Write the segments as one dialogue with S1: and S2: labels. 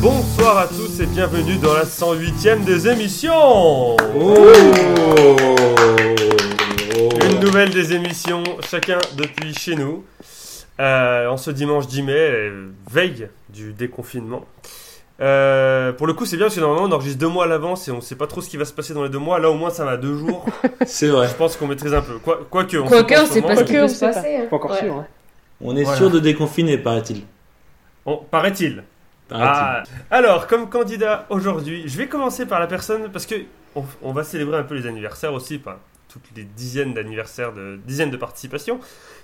S1: Bonsoir à tous et bienvenue dans la 108ème des émissions
S2: Oh.
S1: Une nouvelle des émissions, chacun depuis chez nous. Euh, en ce dimanche 10 mai, euh, veille du déconfinement. Euh, pour le coup, c'est bien parce que normalement on enregistre deux mois à l'avance et on sait pas trop ce qui va se passer dans les deux mois. Là, au moins, ça va deux jours.
S2: C'est vrai.
S1: Je pense qu'on maîtrise un peu. Quoi- Quoique, on
S3: Quoique, on sait
S1: en ce
S3: pas ce
S1: moment.
S3: qui peut se passer. hein.
S4: Pas encore
S3: Ouais.
S4: sûr. Hein.
S2: On est
S1: Voilà.
S2: sûr de déconfiner, paraît-il.
S1: On- Paraît-il.
S2: Paraît-il.
S1: Ah. Alors, comme candidat aujourd'hui, je vais commencer par la personne parce que on, on va célébrer un peu les anniversaires aussi, pas toutes les dizaines d'anniversaires de dizaines de participations,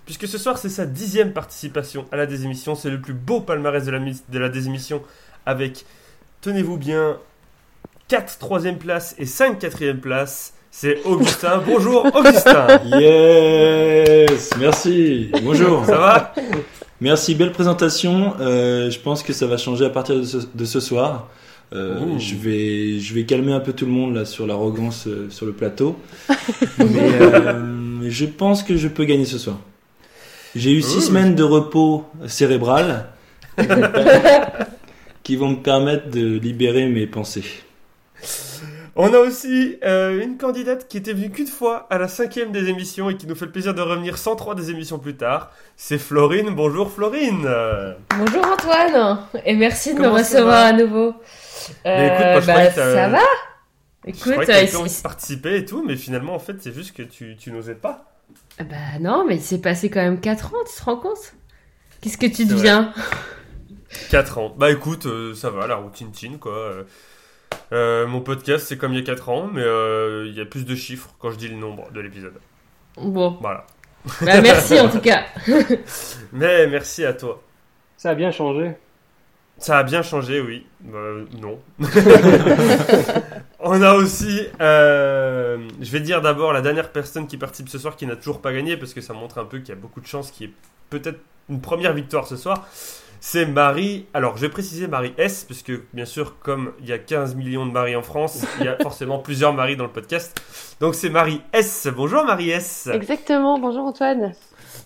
S1: puisque ce soir c'est sa dixième participation à la désémission. C'est le plus beau palmarès de la mis- de la désémission avec, tenez-vous bien, 4 troisième places et 5 quatrième places. C'est Augustin. Bonjour Augustin.
S2: Yes Merci Bonjour
S1: Ça va
S2: Merci, belle présentation. Euh, je pense que ça va changer à partir de ce, de ce soir. Euh,
S1: Ouh.
S2: je, vais, je vais calmer un peu tout le monde là sur l'arrogance euh, sur le plateau. Mais euh, je pense que je peux gagner ce soir. J'ai eu
S1: Ouh.
S2: six semaines de repos cérébral euh, qui vont me permettre de libérer mes pensées.
S1: On a aussi euh, une candidate qui était venue qu'une fois à la cinquième des émissions et qui nous fait le plaisir de revenir 103 des émissions plus tard. C'est Florine. Bonjour Florine. Euh,
S3: Bonjour Antoine, et merci de
S1: Comment
S3: me
S1: ça
S3: recevoir
S1: va
S3: à nouveau.
S1: Mais écoute, moi, je croyais
S3: bah,
S1: que t'as-
S3: ça va.
S1: je croyais
S3: Écoute,
S1: que t'avais
S3: euh,
S1: pas
S3: il-
S1: envie de participer et tout, mais finalement en fait c'est juste que tu, tu n'osais pas.
S3: il- bah non, mais il s'est passé quand même 4 ans, tu te rends compte Qu'est-ce que tu
S1: C'est vrai.
S3: deviens
S1: 4 ans. Bah écoute, euh, ça va, la routine chin quoi. Euh, euh, mon podcast c'est comme il y a 4 ans, mais euh, il y a plus de chiffres quand je dis le nombre de l'épisode.
S3: Bon,
S1: Voilà.
S3: bah merci en tout cas.
S1: Mais merci à toi.
S4: Ça a bien changé.
S1: Ça a bien changé, oui. Euh, non. On a aussi, euh, je vais dire d'abord la dernière personne qui participe ce soir qui n'a toujours pas gagné parce que ça montre un peu qu'il y a beaucoup de chance, qui est peut-être une première victoire ce soir. C'est Marie. Alors je vais préciser Marie S parce que bien sûr comme il y a 15 millions de Marie en France, il y a forcément plusieurs Marie dans le podcast. Donc c'est Marie S. Bonjour Marie S.
S5: Exactement, bonjour Antoine.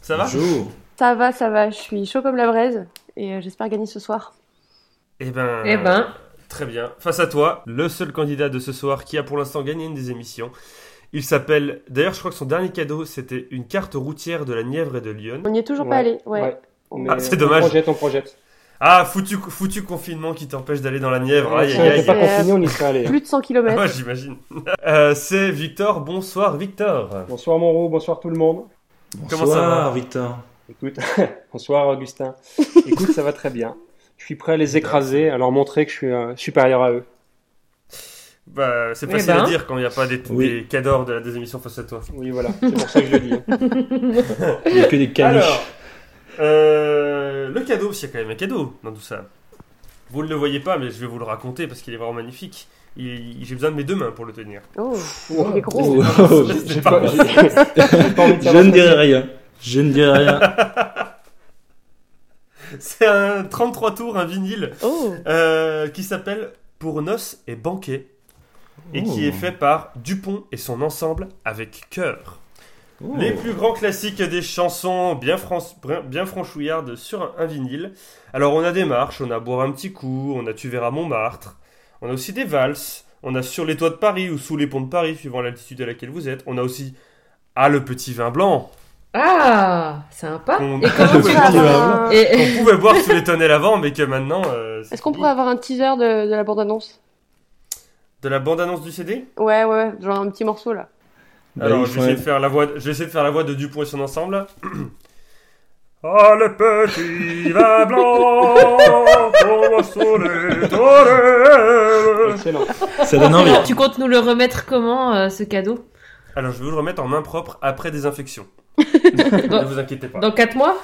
S1: Ça va
S2: Bonjour.
S5: Ça va, ça va, je suis chaud comme la braise et euh, j'espère gagner ce soir.
S1: Eh ben,
S3: Eh ben.
S1: Très bien. Face à toi, le seul candidat de ce soir qui a pour l'instant gagné une des émissions. Il s'appelle. D'ailleurs, je crois que son dernier cadeau, c'était une carte routière de la Nièvre et de Lyon.
S5: On n'y est toujours pas allé, ouais.
S4: Mais
S1: Ah, c'est
S4: on
S1: dommage.
S4: projette, on projette.
S1: Ah, foutu, foutu confinement qui t'empêche d'aller dans la Nièvre. Aïe,
S4: si on
S1: aïe,
S4: n'était
S1: aïe.
S4: pas
S5: aïe.
S4: confiné, on y serait allé. hein.
S5: Plus de 100 km.
S1: Ah, j'imagine. Euh, c'est Victor. Bonsoir, Victor.
S4: Bonsoir Monro, bonsoir tout le monde.
S1: Comment ça
S2: Bonsoir,
S1: va
S2: Victor.
S4: Écoute, bonsoir Augustin. Écoute, ça va très bien. Je suis prêt à les écraser, à leur montrer que je suis euh, supérieur à eux.
S1: Bah, c'est
S3: Eh
S1: facile
S3: ben.
S1: à dire quand il n'y a pas des,
S2: Oui.
S1: des cadors de la des émissions face à toi.
S4: Oui, voilà, c'est pour ça que je le dis. hein.
S2: Il n'y a que des caniches.
S1: Alors, euh, le cadeau, parce qu'il y a quand même un cadeau dans tout ça. Vous ne le voyez pas, mais je vais vous le raconter parce qu'il est vraiment magnifique. Il- J'ai besoin de mes deux mains pour le tenir.
S5: Oh,
S4: Wow.
S5: il est gros.
S2: Oh, oh,
S4: J'ai- j'ai
S1: pas
S4: pas- j'ai- j'ai pas envie de
S2: je
S4: savoir
S2: ne
S4: ce que
S2: dirai rien. Je ne dirai rien.
S1: C'est un 33 tours, un vinyle,
S5: Oh,
S1: euh, qui s'appelle Pour noces et banquet, et qui
S2: Oh.
S1: est fait par Dupont et son ensemble avec cœur.
S2: Oh.
S1: Les plus grands classiques des chansons bien, france- bien franchouillardes sur un, un vinyle. Alors on a des marches, on a boire un petit coup, on a tu verras Montmartre, on a aussi des valses, on a sur les toits de Paris ou sous les ponts de Paris suivant l'altitude à laquelle vous êtes, on a aussi Ah le petit vin blanc
S3: Ah, sympa.
S1: qu'on
S3: Et comment
S5: On
S3: tu
S5: peut
S3: vas
S2: Tu vas
S5: avoir un-
S3: Et-
S1: qu'on pouvait boire sous les tonnelles avant mais que maintenant... euh, c'est
S5: Est-ce qu'on
S1: fini.
S5: pourrait avoir un teaser de, de la bande-annonce
S1: De la bande-annonce du CD
S5: Ouais, ouais, ouais, genre un petit morceau là.
S2: Bah,
S1: Alors,
S2: il
S1: je vais,
S2: faut
S1: essayer de faire la voix, je vais essayer de faire la voix de Dupont et son ensemble. Ah, le petit vin blanc, pour sur les
S4: c'est.
S1: tourelles.
S4: Excellent.
S2: Ça donne envie.
S3: tu comptes nous le remettre comment euh, ce cadeau
S1: Alors, je vais vous le remettre en main propre après désinfection. ne vous inquiétez pas.
S3: Dans 4 mois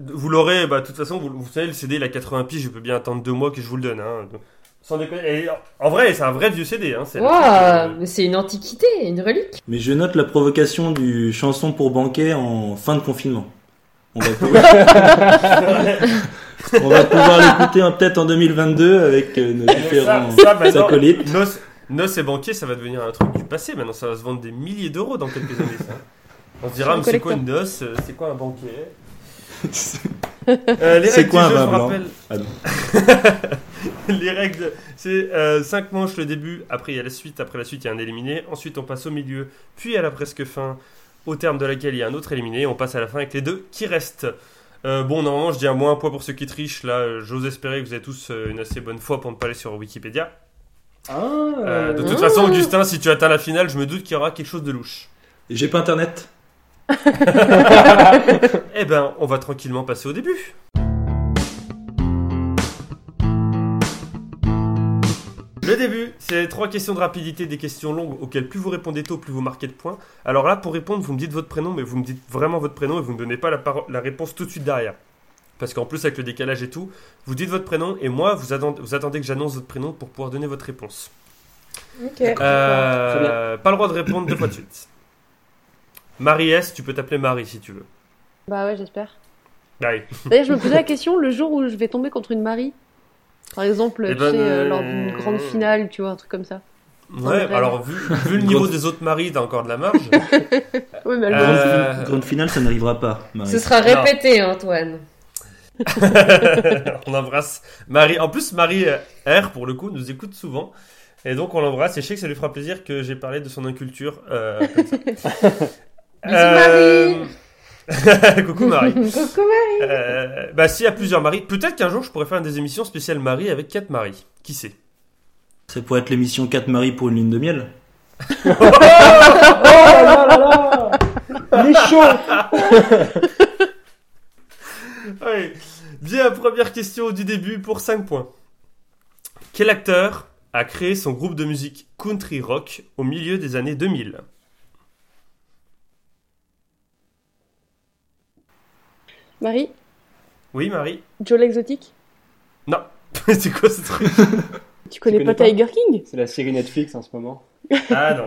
S1: Vous l'aurez, bah, de toute façon, vous, vous savez, le CD, il a 80 piges, je peux bien attendre deux mois que je vous le donne. hein. Donc, sans déconner. Et en vrai, c'est un vrai vieux CD. Hein. c'est le truc, euh,
S3: Waouh, mais c'est une antiquité, une relique.
S2: Mais je note la provocation du chanson pour banquet en fin de confinement. On va pouvoir, on va pouvoir l'écouter hein, peut-être en 2022 avec euh, nos
S1: Ça,
S2: différents
S1: ça, maintenant,
S2: acolytes.
S1: Nos, Nos et banquier, ça va devenir un truc du passé. Maintenant, ça va se vendre des milliers d'euros dans quelques années. ça. On se dira,
S5: un
S1: mais c'est quoi
S5: collector.
S1: une noce euh, C'est quoi un banquet Euh, les
S2: C'est
S1: règles
S2: quoi
S1: du jeu,
S2: un vin
S1: je vous
S2: blanc
S1: rappelle.
S2: Ah non.
S1: les règles, c'est 5 manches le début, après il y a la suite, après la suite il y a un éliminé, ensuite on passe au milieu, puis à la presque fin, au terme de laquelle il y a un autre éliminé, on passe à la fin avec les deux qui restent. Euh, bon, normalement, je dis un moins un point pour ceux qui trichent. Là, euh, j'ose espérer que vous avez tous euh, une assez bonne foi pour ne pas aller sur Wikipédia. Euh, de toute
S3: Mmh.
S1: façon, Augustin, si tu atteins la finale, je me doute qu'il y aura quelque chose de louche.
S2: Et J'ai pas internet.
S1: Eh ben, on va tranquillement passer au début. Le début, c'est trois questions de rapidité, des questions longues auxquelles plus vous répondez tôt, plus vous marquez de points. Alors là, pour répondre, vous me dites votre prénom, mais vous me dites vraiment votre prénom et vous ne me donnez pas la, paro- la réponse tout de suite derrière. Parce qu'en plus, avec le décalage et tout, vous dites votre prénom et moi, vous, atten- vous attendez que j'annonce votre prénom pour pouvoir donner votre réponse.
S5: Ok.
S1: Euh, pas le droit de répondre deux fois de suite. Marie S, tu peux t'appeler Marie si tu veux.
S5: Bah ouais, j'espère.
S1: Allez.
S5: D'ailleurs, je me posais la question le jour où je vais tomber contre une Marie. Par exemple,
S1: Eh
S5: tu
S1: ben,
S5: sais, euh,
S1: euh,
S5: lors d'une grande finale, tu vois, un truc comme ça.
S1: Ouais,
S5: Ouais.
S1: alors vu, vu le
S2: Grosse-
S1: niveau des autres maris, t'as encore de la marge.
S5: Oui, mais elle
S1: Euh,
S2: Grande, finale, grande finale, ça n'arrivera pas, Marie.
S3: Ce sera
S1: Non.
S3: répété, Antoine.
S1: on embrasse Marie. En plus, Marie euh, R, pour le coup, nous écoute souvent. Et donc, on l'embrasse. Et je sais que ça lui fera plaisir que j'ai parlé de son inculture. euh, comme ça.
S3: Bisous,
S1: Euh, Coucou Marie.
S3: Coucou, Marie.
S1: Euh, bah, s'il y a plusieurs maris, peut-être qu'un jour je pourrais faire une des émissions spéciales Marie avec quatre maris. Qui sait
S2: Ça pourrait être l'émission 4 Marie pour une lune de miel.
S4: Ah, Il est chaud
S1: Allez, bien, première question du début pour 5 points. Quel acteur a créé son groupe de musique country rock au milieu des années 2000 euh,
S5: Marie,
S1: Oui, Marie
S5: Joe l'exotique.
S1: Non. C'est quoi ce truc
S5: Tu connais,
S4: connais
S5: pas,
S4: pas
S5: Tiger King
S4: C'est la série Netflix en ce moment.
S1: Ah non.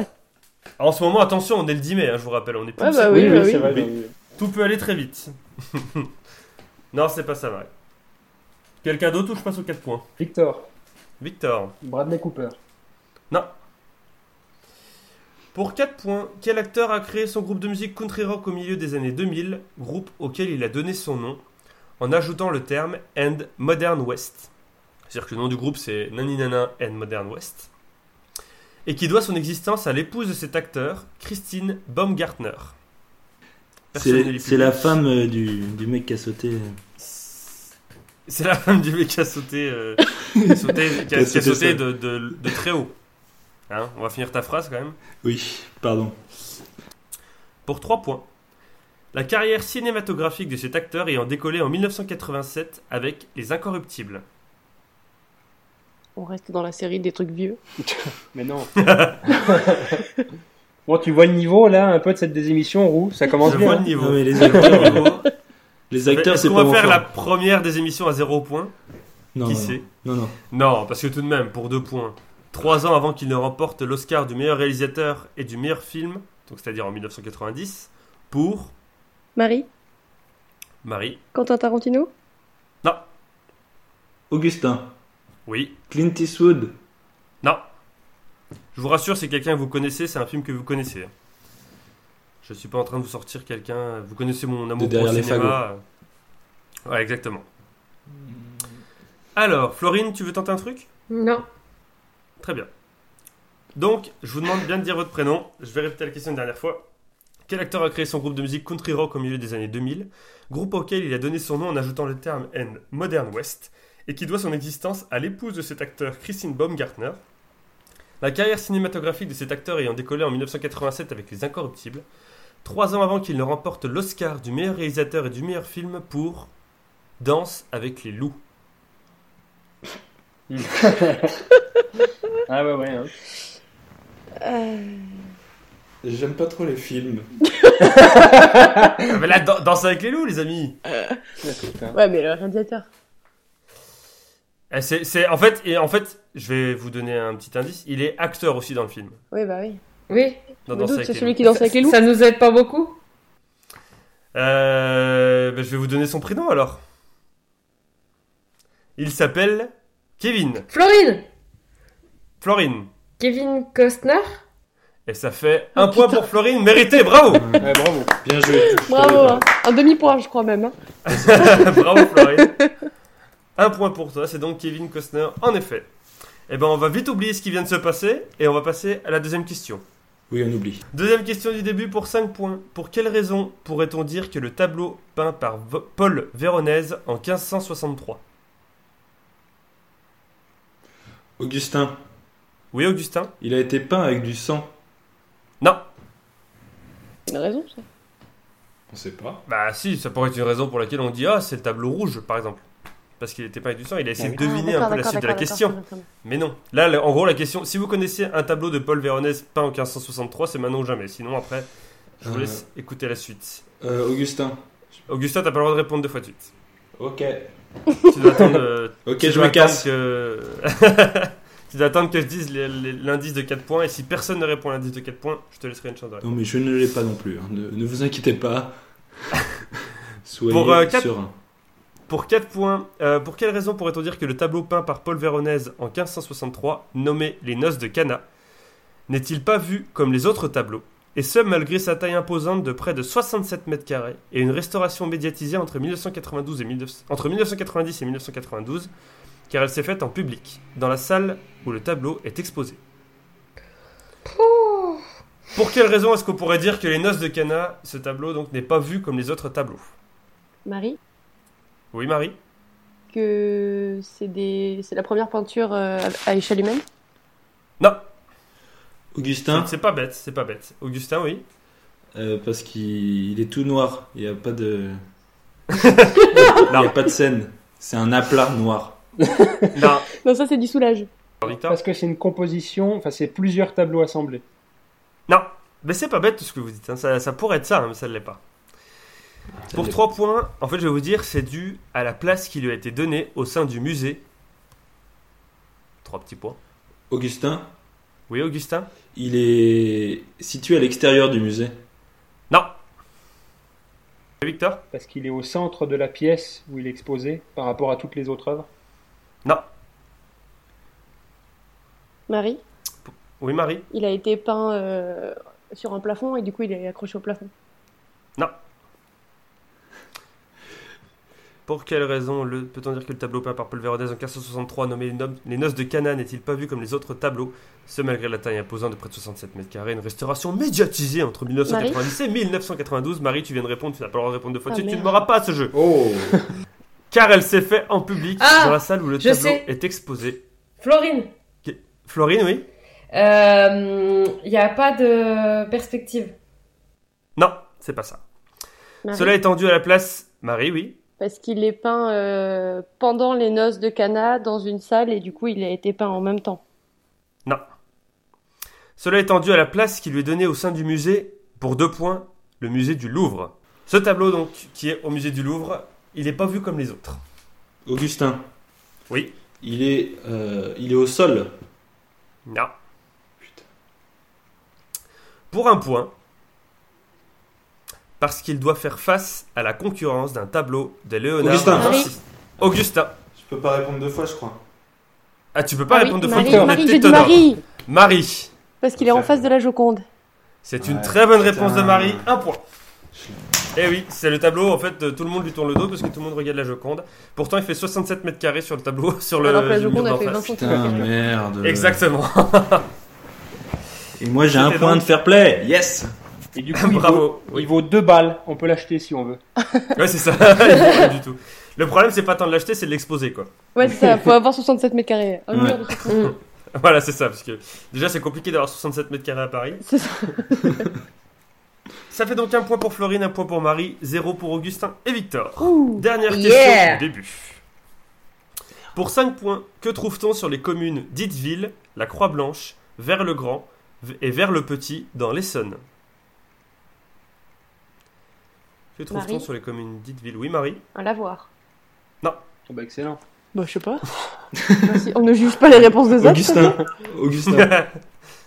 S1: En ce moment, attention, on est le 10 mai, hein, je vous rappelle, on est plus
S5: Ah bah
S1: au-
S5: oui, bah oui.
S4: c'est vrai.
S1: Oui.
S4: j'ai oublié.
S1: Tout peut aller très vite. non, c'est pas ça, Marie. Quelqu'un d'autre ou je passe aux 4 points
S4: Victor,
S1: Victor.
S4: Bradley Cooper.
S1: Pour 4 points, quel acteur a créé son groupe de musique country rock au milieu des années 2000, groupe auquel il a donné son nom, en ajoutant le terme And Modern West C'est-à-dire que le nom du groupe c'est Naninana and Modern West. Et qui doit son existence à l'épouse de cet acteur, Christine Baumgartner. Personne ne
S2: C'est
S1: l'est
S2: c'est
S1: plus.
S2: la femme euh, du, du mec qui a sauté.
S1: C'est la femme du mec qui a sauté, euh, qui a sauté, qui a-
S2: Qui a
S1: qui a
S2: sauté
S1: sauté
S2: seul.
S1: de, de- de très haut. Hein, on va finir ta phrase quand même.
S2: Oui, pardon.
S1: pour 3 points. La carrière cinématographique de cet acteur ayant décollé en 1987 avec Les Incorruptibles.
S5: On reste dans la série des trucs vieux.
S4: Mais non. bon, tu vois le niveau là, un peu de cette des émissions, Roux. Ça commence
S1: Je vois
S4: bien.
S1: le niveau.
S2: Non,
S4: hein.
S2: mais Ah les acteurs, euh, les acteurs
S1: Est-ce
S2: c'est
S1: qu'on
S2: pas
S1: va
S2: mon
S1: faire
S2: fort.
S1: la première des émissions à 0 points
S2: Non,
S1: Qui
S2: non,
S1: sait
S2: non, non.
S1: Non, parce que tout de même, pour 2 points, 3 ans avant qu'il ne remporte l'Oscar du meilleur réalisateur et du meilleur film, donc c'est-à-dire en 1990, pour
S5: Marie,
S1: Marie.
S5: Quentin Tarantino
S2: Augustin,
S1: Oui,
S2: Clint Eastwood,
S1: non. Je vous rassure, c'est quelqu'un que vous connaissez, c'est un film que vous connaissez. Je suis pas en train de vous sortir quelqu'un. Vous connaissez mon amour pour le
S2: derrière les
S1: cinéma. Ouais, exactement. Alors, Florine, tu veux tenter un truc
S3: Non.
S1: Très bien. Donc, je vous demande bien de dire votre prénom. Je vais répéter la question une dernière fois. Quel acteur a créé son groupe de musique country rock au milieu des années 2000, groupe auquel il a donné son nom en ajoutant le terme N Modern West, et qui doit son existence à l'épouse de cet acteur Christine Baumgartner La carrière cinématographique de cet acteur ayant décollé en 1987 avec Les Incorruptibles, trois ans avant qu'il ne remporte l'Oscar du meilleur réalisateur et du meilleur film pour Danse avec les loups.
S4: Ah ouais, ouais. hein.
S5: euh...
S2: J'aime pas trop les films.
S1: Ah, mais là, Dan- Danse avec les loups, les amis
S4: Putain.
S5: Ouais, mais le réalisateur.
S1: Eh, C'est, c'est- en fait, et en fait, je vais vous donner un petit indice. Il est acteur aussi dans le film.
S5: Oui, bah oui.
S3: Oui.
S1: Dans
S5: Je
S1: Danser
S5: me doute,
S1: avec
S5: c'est
S1: les
S5: celui
S1: loups.
S5: qui danse avec les loups.
S3: Ça nous aide pas beaucoup
S1: Euh, ben, je vais vous donner son prénom alors. Il s'appelle Kevin,
S3: Florine
S1: Florine.
S3: Kevin Costner
S1: Et ça fait
S5: Oh,
S1: un point pour Florine, mérité, bravo,
S4: Ouais, bravo.
S2: Bien joué.
S5: hein. Bravo, hein. un demi-point, je crois même. hein.
S1: bravo Florine. Un point pour toi, c'est donc Kevin Costner, en effet. Eh ben, on va vite oublier ce qui vient de se passer et on va passer à la deuxième question.
S2: Oui, on oublie.
S1: Deuxième question du début pour 5 points. Pour quelle raison pourrait-on dire que le tableau peint par V- Paul Véronèse en 1563
S2: Augustin,
S1: Oui, Augustin
S2: il a été peint avec du sang.
S1: Non.
S5: Il a raison, ça.
S2: On sait pas.
S1: Bah si, ça pourrait être une raison pour laquelle on dit ah c'est le tableau rouge par exemple. Parce qu'il était peint avec du sang, il a essayé
S4: Ah
S1: de deviner un peu la suite de la question. Mais non. Là, le- en gros, la question, si vous connaissez un tableau de Paul Véronèse peint en 1563, c'est maintenant ou jamais. Sinon, après, je vous
S2: Euh.
S1: laisse écouter la suite.
S2: Euh, Augustin.
S1: Augustin, t'as pas le droit de répondre deux fois de suite.
S2: Ok.
S1: Tu dois attendre. euh,
S2: Ok,
S1: tu
S2: je
S1: dois
S2: me
S1: attendre
S2: casse.
S1: que- tu dois attendre que je dise les- les- l'indice de 4 points. Et si personne ne répond à l'indice de 4 points, je te laisserai une chance de répondre.
S2: Non, mais je ne l'ai pas non plus. hein. Ne, ne vous inquiétez pas. Soyez
S1: Pour, euh, quatre-
S2: serein.
S1: Pour 4 points, euh, pour quelle raison pourrait-on dire que le tableau peint par Paul Véronèse en 1563, nommé Les Noces de Cana, n'est-il pas vu comme les autres tableaux Et ce, malgré sa taille imposante de près de 67 mètres carrés et une restauration médiatisée entre, 1992 et 19 entre 1990 et 1992, car elle s'est faite en public, dans la salle où le tableau est exposé. Pour quelle raison est-ce qu'on pourrait dire que Les Noces de Cana, ce tableau, donc, n'est pas vu comme les autres tableaux
S5: Marie,
S1: Oui, Marie
S5: que c'est des... c'est la première peinture euh, à- à échelle humaine
S1: Non
S2: Augustin,
S1: C'est- C'est pas bête, c'est pas bête. Augustin, oui.
S2: euh, parce qu'il il est tout noir. Il n'y a pas de. Il n'y a
S1: Non,
S2: pas de scène. C'est un aplat noir.
S1: non.
S5: Non, ça, c'est du soulage.
S1: Victor.
S4: Parce que c'est une composition, enfin c'est plusieurs tableaux assemblés.
S1: Non. Mais c'est pas bête tout ce que vous dites. hein. Ça, ça pourrait être ça, hein, mais ça ne l'est pas. Pour
S2: l'est
S1: 3 points, en fait, je vais vous dire, c'est dû à la place qui lui a été donnée au sein du musée. Trois petits points.
S2: Augustin,
S1: Oui, Augustin
S2: il est situé à l'extérieur du musée.
S1: Non. Victor
S4: Parce qu'il est au centre de la pièce où il est exposé par rapport à toutes les autres œuvres.
S1: Non.
S5: Marie,
S1: Oui, Marie
S5: il a été peint euh, sur un plafond et du coup, il est accroché au plafond.
S1: Pour quelle raison le- peut-on dire que le tableau peint par Paul Véronèse en 1563 nommé Les Noces- Les Noces de Cana n'est-il pas vu comme les autres tableaux Ce malgré la taille imposante de près de 67 mètres carrés, une restauration médiatisée entre 1990 et 1992. Marie, tu viens de répondre, tu n'as pas le droit de répondre deux fois de
S5: Ah,
S1: suite, tu ne
S5: merde.
S1: m'auras pas à ce jeu.
S2: Oh
S1: Car elle s'est faite en public
S3: Ah,
S1: dans la salle où le
S3: je
S1: tableau
S3: sais.
S1: est exposé.
S3: Florine,
S1: Florine, oui
S3: euh, il n'y a pas de perspective.
S1: Non, c'est pas ça.
S5: Marie,
S1: Cela étant dû à la place. Marie, oui
S5: Parce qu'il est peint euh, pendant les noces de Cana dans une salle et du coup, il a été peint en même temps.
S1: Non. Cela étant dû à la place qui lui est donnée au sein du musée, pour deux points, le musée du Louvre. Ce tableau, donc, qui est au musée du Louvre, il n'est pas vu comme les autres.
S2: Augustin,
S1: Oui.
S2: il est, euh, il est au sol.
S1: Non.
S2: Putain.
S1: Pour un point, parce qu'il doit faire face à la concurrence d'un tableau de Léonard.
S2: Augustin.
S1: de Vinci. Augustin.
S2: Je peux pas répondre deux fois, je crois.
S1: Ah, tu peux pas
S5: Ah oui,
S1: répondre de
S5: Marie,
S1: faute,
S5: Marie,
S1: t'es
S5: j'ai dit
S1: étonnant.
S5: Marie
S1: Marie.
S5: Parce qu'il est en face de la Joconde.
S1: C'est une
S2: Ouais,
S1: très bonne
S2: putain.
S1: réponse de Marie. Un point.
S2: Je-
S1: Eh oui, c'est le tableau, en fait, euh, tout le monde lui tourne le dos parce que tout le monde regarde la Joconde. Pourtant, il fait 67 mètres carrés sur le tableau, sur le.
S5: Alors Ah que la
S1: le mur
S5: Joconde a
S1: d'en
S5: fait
S1: face.
S5: 20 cm.
S2: Putain,
S4: Euh.
S2: merde.
S1: Exactement.
S2: Et moi, j'ai un
S1: C'était
S2: point
S1: donc-
S2: de fair play. Yes
S4: Et du coup, il, vaut,
S1: Bravo.
S4: il vaut deux balles, on peut l'acheter si on veut.
S1: Ouais, c'est ça. Pas du tout. Le problème, c'est pas tant de l'acheter, c'est de l'exposer, quoi.
S5: Ouais, c'est ça, faut avoir 67 mètres carrés. Un
S2: Ouais.
S5: mur de 67.
S3: Mm.
S1: Voilà, c'est ça, parce que déjà, c'est compliqué d'avoir 67 mètres carrés à Paris.
S5: C'est ça.
S1: Ça fait donc un point pour Florine, un point pour Marie, zéro pour Augustin et Victor.
S5: Ouh.
S1: Dernière question
S3: Yeah.
S1: au début. Pour 5 points, que trouve-t-on sur les communes d'Itteville, la Croix-Blanche, Vers-le-Grand et Vers-le-Petit dans l'Essonne Que trouve-t-on
S5: Marie
S1: sur les communes d'Itteville Oui, Marie
S5: Un lavoir.
S4: Oh, bah, excellent.
S5: Bah, je sais pas. Merci. Bah, On ne juge pas les réponses des autres.
S2: Augustin, Augustin,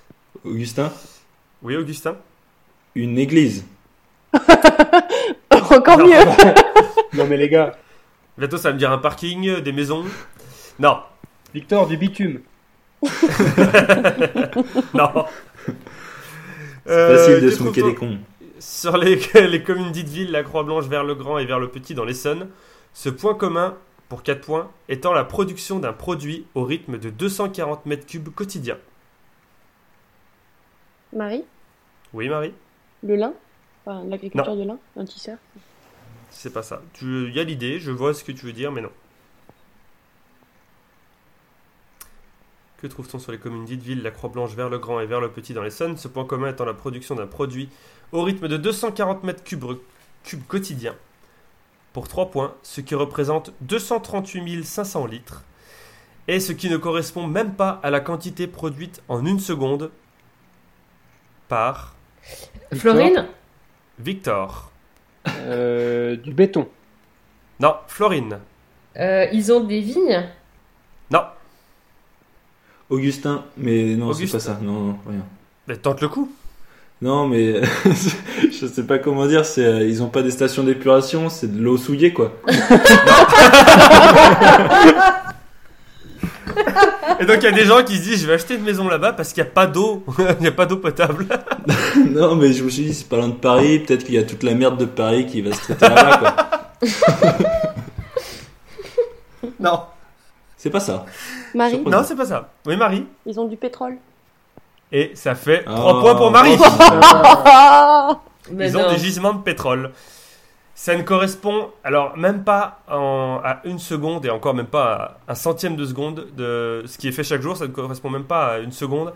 S2: Augustin,
S1: Oui, Augustin
S2: une église.
S5: Encore
S1: Non.
S5: mieux.
S4: Non mais les gars,
S1: Bientôt, ça va me dire un parking, euh, des maisons Non,
S4: Victor du bitume.
S1: non.
S2: C'est
S1: Euh,
S2: Facile
S1: que
S2: de se moquer
S1: trouve-t-on-
S2: des cons.
S1: Sur les, les communes d'Itteville, la Croix-Blanche, Vers-le-Grand et Vers-le-Petit dans l'Essonne, ce point commun pour 4 points, étant la production d'un produit au rythme de 240 mètres cubes quotidien.
S5: Marie
S1: Oui, Marie
S5: Le lin Enfin, l'agriculture de lin Un tisseur
S1: C'est pas ça. Il y a l'idée, je vois ce que tu veux dire, mais non. Que trouve-t-on sur les communes d'Ideville, la Croix-Blanche, vers le Grand et vers le Petit dans les l'Essonne Ce point commun étant la production d'un produit au rythme de 240 mètres cubes, cubes quotidiens pour 3 points, ce qui représente 238 500 litres et ce qui ne correspond même pas à la quantité produite en une seconde par
S4: Victor,
S3: Florine
S1: Victor.
S4: euh, Du béton.
S1: Non, Florine.
S3: euh, Ils ont des vignes
S1: Non,
S2: Augustin, mais non, c'est
S1: Augustin.
S2: pas ça. Non, non, rien.
S1: mais tente le coup.
S2: Non, mais je sais pas comment dire. C'est, euh, ils ont pas des stations d'épuration, c'est de l'eau souillée, quoi.
S1: Et donc il y a des gens qui se disent je vais acheter une maison là-bas parce qu'il n'y a pas d'eau, il n'y a pas d'eau potable.
S2: non, mais je me suis dit, c'est pas loin de Paris. Peut-être qu'il y a toute la merde de Paris qui va se traiter là-bas, quoi.
S1: Non.
S2: C'est pas ça.
S5: Marie
S1: Non, c'est pas ça. Oui, Marie.
S5: Ils ont du pétrole.
S1: Et ça fait
S2: Oh.
S1: 3 points pour Marie.
S5: Ah
S3: Mais
S1: Ils ont
S3: non.
S1: des gisements de pétrole. Ça ne correspond alors même pas en- à une seconde et encore même pas à un centième de seconde de ce qui est fait chaque jour. Ça ne correspond même pas à une seconde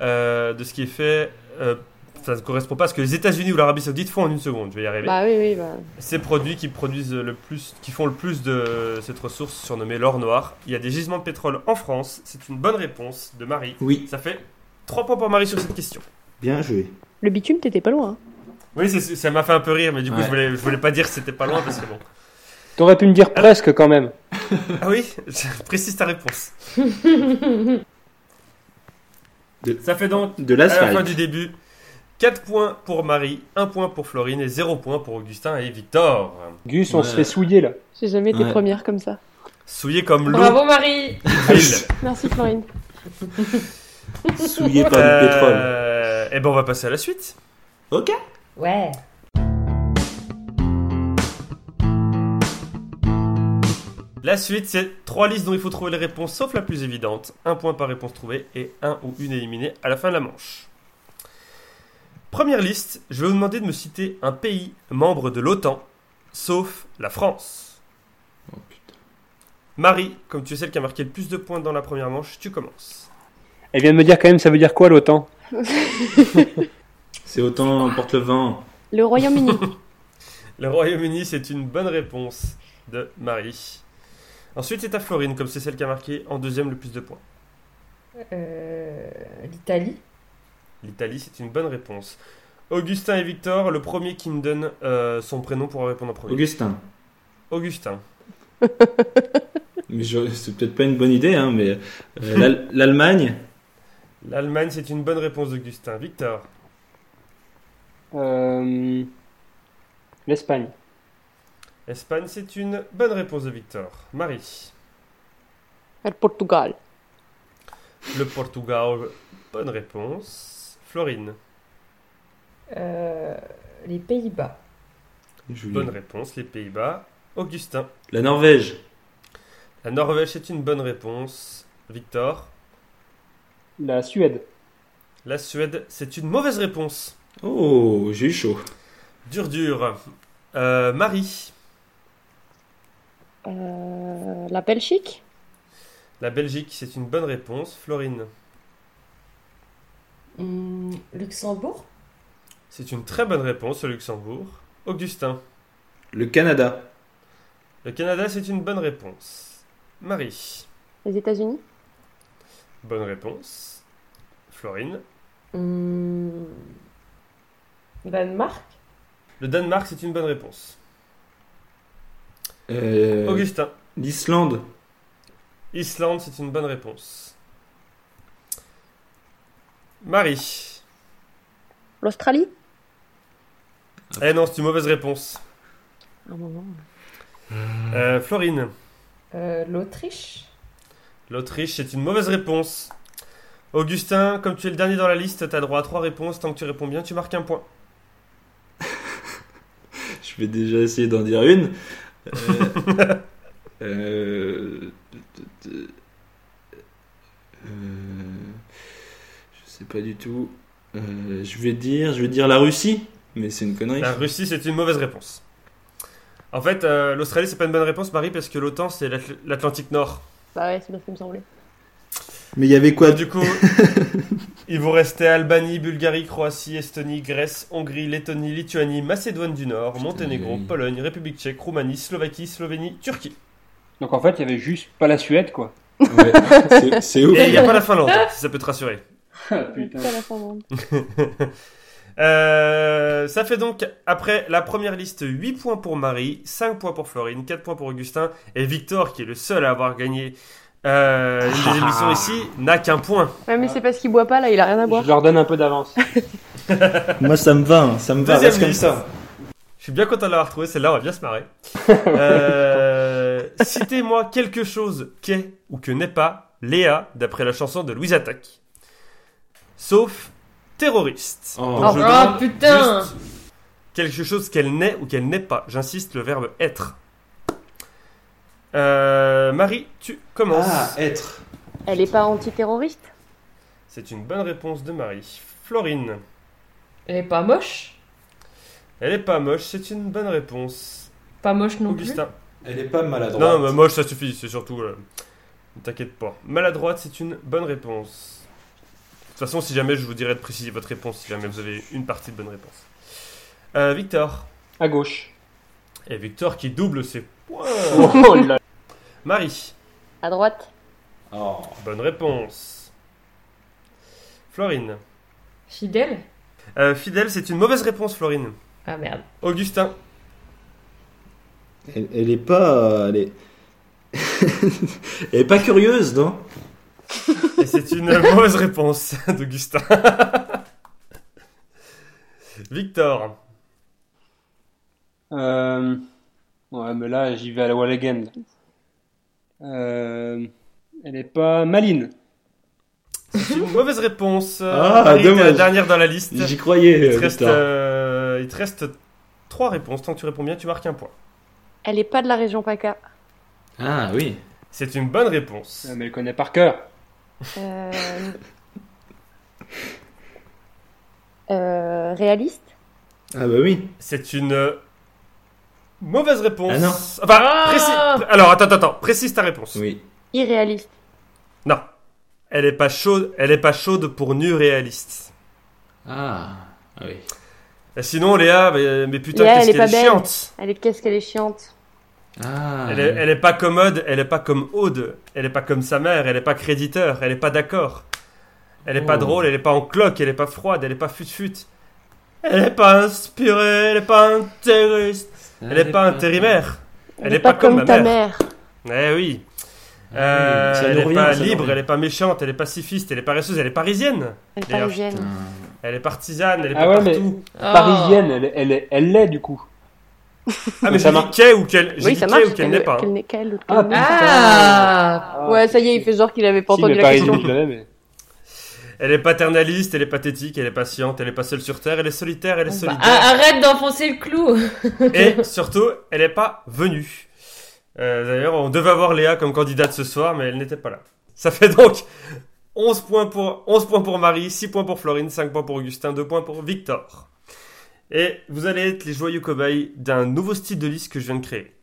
S1: euh, de ce qui est fait. euh, ça ne correspond pas à ce que les États-Unis ou l'Arabie Saoudite font en une seconde. Je vais y arriver.
S5: Bah oui, oui. Bah.
S1: Ces produits qui produisent le plus, qui font le plus de cette ressource surnommée l'or noir. Il y a des gisements de pétrole en France. C'est une bonne réponse de Marie.
S2: Oui,
S1: Ça fait 3 points pour Marie sur cette question.
S2: bien joué.
S5: Le bitume, t'étais pas loin. hein.
S1: Oui, c'est- ça m'a fait un peu rire, mais du coup,
S2: Ouais.
S1: je, voulais, je voulais pas dire que c'était pas loin parce que bon.
S4: T'aurais pu me dire presque quand même.
S1: Ah oui, je précise ta réponse.
S2: De-
S1: Ça fait donc,
S2: De
S1: à la fin
S2: l'asphalte.
S1: du début, 4 points pour Marie, 1 point pour Florine et 0 point pour Augustin et Victor.
S4: Gus, on
S2: Ouais.
S4: se fait souiller là.
S5: J'ai jamais été
S2: Ouais.
S5: première comme ça.
S1: Souillé comme l'eau.
S3: Bravo Marie
S1: d'Ideville.
S5: Merci Florine.
S2: Souillé par du pétrole.
S1: Euh, Et ben, on va passer à la suite.
S2: Ok.
S3: Ouais.
S1: La suite, c'est trois listes dont il faut trouver les réponses, sauf la plus évidente. Un point par réponse trouvée et un ou une éliminée à la fin de la manche. Première liste, je vais vous demander de me citer un pays membre de l'OTAN, sauf la France.
S2: Oh, putain.
S1: Marie, comme tu es celle qui a marqué le plus de points dans la première manche, tu commences.
S4: Elle vient de me dire quand même, ça veut dire quoi l'OTAN
S2: C'est autant porte le vent.
S5: Le Royaume-Uni.
S1: Le Royaume-Uni, c'est une bonne réponse de Marie. Ensuite, c'est à Florine, comme c'est celle qui a marqué en deuxième le plus de points.
S3: Euh, L'Italie
S1: L'Italie, c'est une bonne réponse. Augustin et Victor, le premier qui me donne euh, son prénom pour répondre en premier.
S2: Augustin.
S1: Augustin.
S2: Mais je- c'est peut-être pas une bonne idée, hein, mais euh, l'Al- l'Allemagne,
S1: L'Allemagne, c'est une bonne réponse d'Augustin. Victor.
S4: Euh, L'Espagne.
S1: Espagne, c'est une bonne réponse de Victor. Marie.
S5: Le Portugal.
S1: Le Portugal, bonne réponse. Florine,
S3: Euh, Les Pays-Bas
S2: Je vous
S1: bonne
S2: dis.
S1: réponse. Les Pays-Bas. Augustin.
S2: la Norvège,
S1: La Norvège, c'est une bonne réponse. Victor.
S4: La Suède.
S1: La Suède, c'est une mauvaise réponse.
S2: Oh, j'ai eu chaud.
S1: Dur, dur. Euh, Marie.
S5: Euh, la Belgique.
S1: La Belgique, c'est une bonne réponse. Florine.
S3: Hum, Luxembourg
S1: C'est une très bonne réponse, le Luxembourg. Augustin.
S2: Le Canada,
S1: Le Canada, c'est une bonne réponse. Marie.
S5: Les États-Unis.
S1: Bonne réponse. Florine.
S3: Hum, Danemark
S1: Le Danemark, c'est une bonne réponse.
S2: euh,
S1: Augustin.
S2: l'Islande,
S1: Islande, c'est une bonne réponse. Marie.
S5: L'Australie.
S1: Eh non, c'est une mauvaise réponse.
S5: Un moment.
S1: Euh, Florine.
S3: Euh, L'Autriche
S1: L'Autriche, c'est une mauvaise réponse. Augustin, comme tu es le dernier dans la liste, t'as droit à trois réponses. Tant que tu réponds bien, tu marques un point.
S2: je vais déjà essayer d'en dire une. Euh, euh, euh, Pas du tout. Euh, je vais dire, je vais dire la Russie, mais c'est une connerie.
S1: La Russie, c'est une mauvaise réponse. En fait, euh, l'Australie, c'est pas une bonne réponse, Marie, parce que l'OTAN, c'est l'Atl- l'Atlantique Nord.
S5: Bah ouais, c'est bien ce qui me semblait.
S6: Mais il y avait quoi
S1: Donc, du coup, il vous restait Albanie, Bulgarie, Croatie, Estonie, Grèce, Hongrie, Lettonie, Lituanie, Macédoine du Nord, Monténégro,
S2: Bulgarie.
S1: Pologne, République tchèque, Roumanie, Slovaquie, Slovénie, Turquie.
S4: Donc en fait, il y avait juste pas la Suède, quoi.
S2: Ouais, c'est- c'est ouf.
S1: Et il n'y a pas la Finlande, si ça peut te rassurer.
S4: Ah,
S5: Putain, la Finlande.
S1: Euh, ça fait donc, après la première liste, 8 points pour Marie, 5 points pour Florine, 4 points pour Augustin, et Victor, qui est le seul à avoir gagné euh, une des
S6: Ah.
S1: émissions ici, n'a qu'un point.
S5: Ouais, mais c'est parce qu'il boit pas là, il a rien à boire.
S4: Je leur donne un peu d'avance.
S6: Moi, ça me va, hein, ça me va.
S1: Deuxième
S6: Reste comme
S1: liste.
S6: ça.
S1: Je suis bien content de l'avoir trouvé, celle-là, on va bien se marrer. Euh, Citez-moi quelque chose qu'est ou que n'est pas Léa, d'après la chanson de Louise Attaque. Sauf terroriste.
S2: Oh.
S1: Donc, je
S3: Oh,
S1: demande
S3: putain.
S1: juste Quelque chose qu'elle n'est ou qu'elle n'est pas. J'insiste, le verbe être. Euh, Marie, tu commences.
S2: Ah, être.
S5: Elle est pas antiterroriste
S1: C'est une bonne réponse de Marie. Florine,
S3: Elle est pas moche.
S1: elle est pas moche, c'est une bonne réponse.
S3: Pas moche non plus.
S1: Augustin.
S2: Elle est pas maladroite.
S1: Non, mais moche, ça suffit, c'est surtout. euh, ne t'inquiète pas. Maladroite, c'est une bonne réponse. De toute façon, si jamais je vous dirais de préciser votre réponse, si jamais vous avez une partie de bonne réponse. Euh, Victor.
S4: À gauche.
S1: Et Victor qui double ses points.
S4: Oh là.
S1: Marie.
S5: À droite
S2: Oh.
S1: Bonne réponse. Florine.
S3: Fidèle.
S1: Euh, fidèle, c'est une mauvaise réponse, Florine.
S3: Ah merde.
S1: Augustin.
S6: Elle, elle est pas. Elle est...
S2: Elle est pas curieuse, non
S1: Et c'est une mauvaise réponse d'Augustin. Victor.
S4: Euh... Ouais, mais là, j'y vais à la Wall again. Euh... Elle est pas maline.
S1: C'est une mauvaise réponse. Euh,
S2: Ah,
S1: Marie, t'es la
S2: dommage.
S1: dernière dans la liste.
S2: J'y croyais.
S1: Il te,
S2: euh,
S1: reste,
S2: putain.
S1: euh, il te reste trois réponses. Tant que tu réponds bien, tu marques un point.
S5: Elle est pas de la région PACA.
S2: Ah oui.
S1: C'est une bonne réponse.
S2: Ah
S4: Ouais, mais elle connaît par cœur.
S5: Euh... euh, réaliste
S6: Ah bah oui.
S1: C'est une euh, mauvaise réponse.
S2: Ah non.
S1: Enfin,
S3: Ah
S1: précis- Alors, attends, attends, attends. Précise ta réponse.
S2: Oui.
S5: Irréaliste
S1: Non. Elle est pas chaude, elle est pas chaude pour nu réaliste.
S2: Ah. Ah oui.
S1: Et Sinon, Léa, mais, mais putain,
S5: Léa,
S1: qu'est-ce
S5: elle est
S1: qu'elle est,
S5: pas belle.
S1: chiante.
S5: Elle est qu'est-ce qu'elle est chiante
S2: Ah.
S1: Elle, est, elle est pas commode, elle est pas comme Aude, elle est pas comme sa mère, elle est pas créditeur, elle est pas d'accord. Elle est pas
S2: Oh.
S1: drôle, elle est pas en cloque, elle est pas froide, elle est pas fut-fut. Elle est pas inspirée, elle est pas intéressée. Elle n'est pas intérimaire. Elle est pas comme ma
S5: ta mère.
S1: Eh oui.
S2: Ah oui,
S1: Euh,
S2: ça
S1: elle
S2: nous
S1: n'est
S2: revient,
S1: pas
S2: ça nous
S1: libre,
S2: revient.
S1: elle n'est pas méchante, elle est pacifiste, elle est paresseuse, elle est parisienne.
S5: Elle est
S1: D'ailleurs,
S5: parisienne.
S1: Elle est partisane, elle est
S4: Ah
S1: pas
S4: ouais, mais-
S1: partout.
S3: Ah.
S4: Parisienne, elle, elle, est- elle l'est du coup.
S1: Ah,
S4: Mais
S1: mais
S4: ça
S1: j'ai dit
S4: marche.
S1: qu'est ou qu'elle j'ai
S5: Oui,
S1: dit
S5: ça
S1: qu'est
S5: marche.
S1: ou qu'elle n'est pas. hein.
S5: Qu'elle n'est qu'elle ou qu'elle
S4: Ah,
S5: n'est.
S3: Ah.
S5: Ouais, ça y est, il fait genre qu'il avait pas
S4: Si,
S5: entendu
S4: mais
S5: la
S4: Paris,
S5: question.
S4: je l'avais, mais-
S1: Elle est paternaliste, elle est pathétique, elle est patiente, elle est pas seule sur Terre, elle est solitaire, elle est
S3: Bah,
S1: solidaire.
S3: ah, arrête d'enfoncer le clou.
S1: Et surtout, elle n'est pas venue. Euh, D'ailleurs, on devait avoir Léa comme candidate ce soir, mais elle n'était pas là. Ça fait donc 11 points pour, 11 points pour Marie, 6 points pour Florine, 5 points pour Augustin, 2 points pour Victor. Et vous allez être les joyeux cobayes d'un nouveau style de liste que je viens de créer.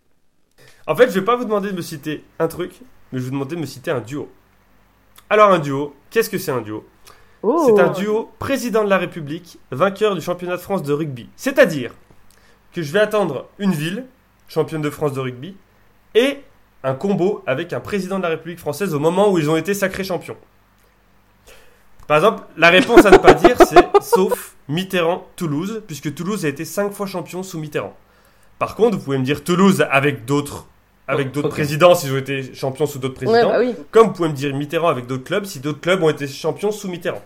S1: En fait, je vais pas vous demander de me citer un truc, mais je vais vous demander de me citer un duo. Alors un duo, qu'est-ce que c'est un duo
S5: Oh.
S1: c'est un duo président de la République, vainqueur du championnat de France de rugby. C'est-à-dire que je vais attendre une ville, championne de France de rugby, et un combo avec un président de la République française au moment où ils ont été sacrés champions. Par exemple, la réponse à ne pas dire, c'est sauf Mitterrand-Toulouse, puisque Toulouse a été cinq fois champion sous Mitterrand. Par contre, vous pouvez me dire Toulouse avec d'autres avec d'autres
S2: Ok.
S1: présidents s'ils ont été champions sous d'autres
S5: Ouais,
S1: présidents,
S5: bah oui.
S1: comme vous pouvez me dire Mitterrand avec d'autres clubs si d'autres clubs ont été champions sous Mitterrand.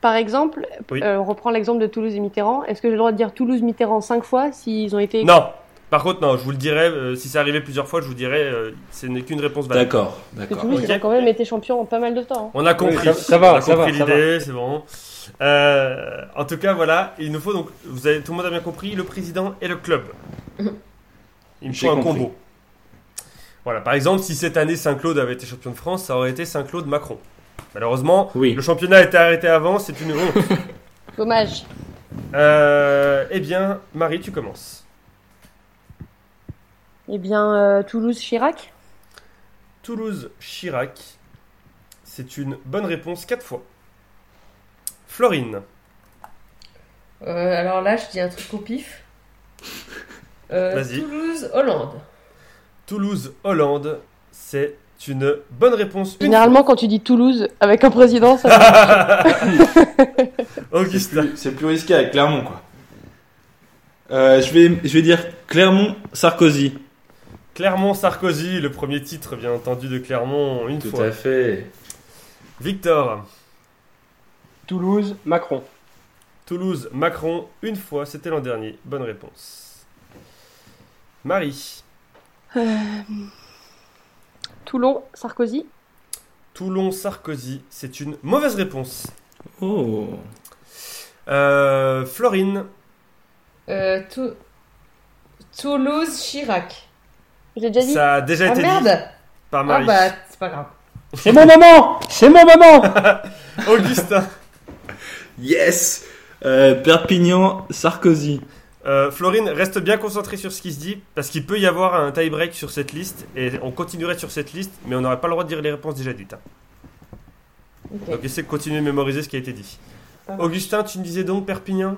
S5: Par exemple,
S1: Oui.
S5: euh, on reprend l'exemple de Toulouse et Mitterrand. Est-ce que j'ai le droit de dire Toulouse Mitterrand cinq fois s'ils ont été
S1: Non. Par contre, non, je vous le dirai, euh, si c'est arrivé plusieurs fois, je vous dirai, euh, ce n'est qu'une réponse valable.
S2: D'accord.
S5: Parce que
S2: D'accord.
S5: Toulouse,
S1: Ah, ok.
S5: ils ont quand même été champions en pas mal de temps. hein.
S1: On a compris.
S4: Oui, ça- ça va,
S1: On a
S4: ça
S1: compris
S4: va, ça
S1: l'idée, c'est bon. Euh, en tout cas, voilà, il nous faut donc, vous avez, tout le monde a bien compris, le président et le club. Il me
S2: J'ai
S1: faut un
S2: compris.
S1: combo. Voilà, par exemple, si cette année Saint-Claude avait été champion de France, ça aurait été Saint-Claude Macron. Malheureusement,
S2: Oui.
S1: le championnat a été arrêté avant, c'est une honte.
S5: hein. Dommage.
S1: Euh, eh bien, Marie, tu commences.
S5: Eh bien, euh, Toulouse-Chirac.
S1: Toulouse-Chirac, c'est une bonne réponse quatre fois. Florine,
S3: Euh, alors là, je dis un truc au pif. Euh,
S1: Vas-y.
S3: Toulouse, Hollande.
S1: Toulouse-Hollande, c'est une bonne réponse. une
S5: Généralement, quand tu dis Toulouse avec un président, ça.
S1: fois. Augustin,
S6: C'est plus risqué
S2: avec Clermont, quoi. Euh, je, vais, je vais dire Clermont-Sarkozy.
S1: Clermont-Sarkozy, le premier titre, bien entendu, de Clermont, une fois.
S2: fait.
S1: Victor,
S4: Toulouse, Macron.
S1: Toulouse, Macron, une fois, c'était l'an dernier. Bonne réponse. Marie,
S5: Toulon, Sarkozy.
S1: Toulon, Sarkozy, c'est une mauvaise réponse.
S2: Oh.
S1: Euh, Florine,
S3: Euh, Tou- Toulouse, Chirac.
S5: J'ai déjà dit.
S1: ça a déjà
S3: Ah
S1: été dit
S3: merde
S1: par
S3: Ah
S1: Marie.
S3: bah, c'est pas grave.
S4: C'est mon moment C'est mon moment
S1: Augustin,
S2: Yes Euh, Perpignan-Sarkozy.
S1: Euh, Florine, reste bien concentrée sur ce qui se dit, parce qu'il peut y avoir un tie-break sur cette liste, et on continuerait sur cette liste, mais on n'aurait pas le droit de dire les réponses déjà dites. hein.
S3: Ok.
S1: Donc essaie de continuer de mémoriser ce qui a été dit. Augustin, tu me disais donc Perpignan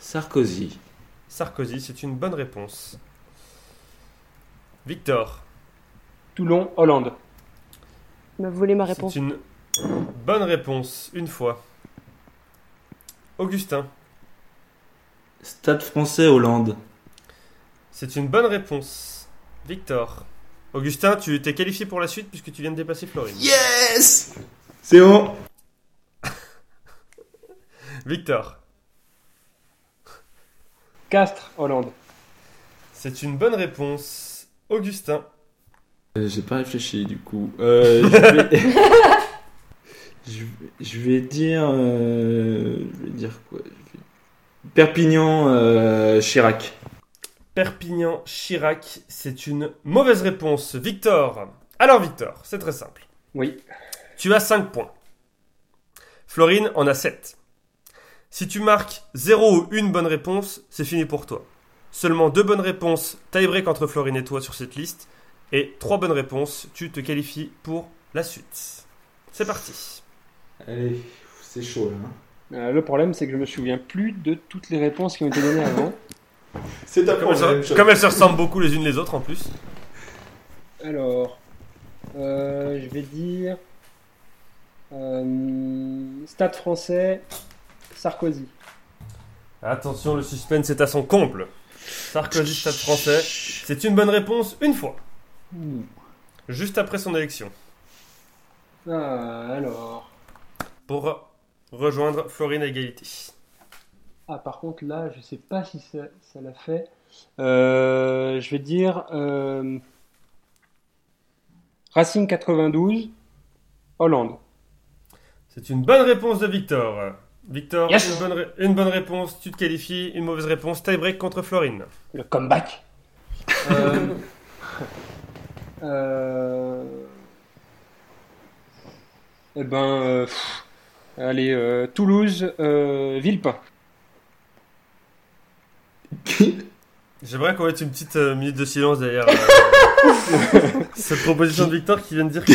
S2: Sarkozy.
S1: Sarkozy, c'est une bonne réponse. Victor,
S4: Toulon, Hollande.
S5: Il m'a volé ma réponse.
S1: c'est une bonne réponse, une fois. Augustin,
S2: Stade français Hollande.
S1: c'est une bonne réponse. Victor. Augustin, tu t'es qualifié pour la suite puisque tu viens de dépasser Florine.
S6: Yes C'est bon
S1: Victor,
S4: Castres, Hollande.
S1: c'est une bonne réponse. Augustin,
S2: Euh, J'ai pas réfléchi du coup. Euh, je, vais... je, vais- je vais dire. euh, Je vais dire quoi euh, Je vais- Perpignan-Chirac.
S1: Perpignan, Chirac, c'est une mauvaise réponse. Victor. Alors Victor, c'est très simple.
S4: Oui.
S1: Tu as 5 points. Florine en a 7. Si tu marques 0 ou une bonne réponse, c'est fini pour toi. Seulement deux bonnes réponses, tie-break entre Florine et toi sur cette liste, et trois bonnes réponses, tu te qualifies pour la suite. C'est parti.
S6: Allez, c'est chaud là.
S4: Euh, le problème, c'est que je me souviens plus de toutes les réponses qui ont été données avant.
S6: C'est ta
S1: Comme elles, se- comme elles se ressemblent beaucoup les unes les autres en plus.
S4: Alors, euh, je vais dire euh, Stade français, Sarkozy.
S1: Attention, le suspense est à son comble. Sarkozy, stade français. C'est une bonne réponse une fois, juste après son élection,
S4: Ah, alors.
S1: pour rejoindre Florine à égalité.
S4: Ah, par contre, là, je sais pas si ça, ça l'a fait. Euh, je vais dire euh, Racing 92, Hollande.
S1: C'est une bonne réponse de Victor. Victor,
S4: Yes.
S1: une, bonne ré- une bonne réponse, tu te qualifies. Une mauvaise réponse, tie-break contre Florine.
S4: Le comeback. Euh, euh, eh ben, euh, pff, allez, euh, Toulouse, euh, Villepin.
S1: J'aimerais qu'on mette une petite euh, minute de silence derrière euh, cette proposition de Victor qui vient de dire qu'il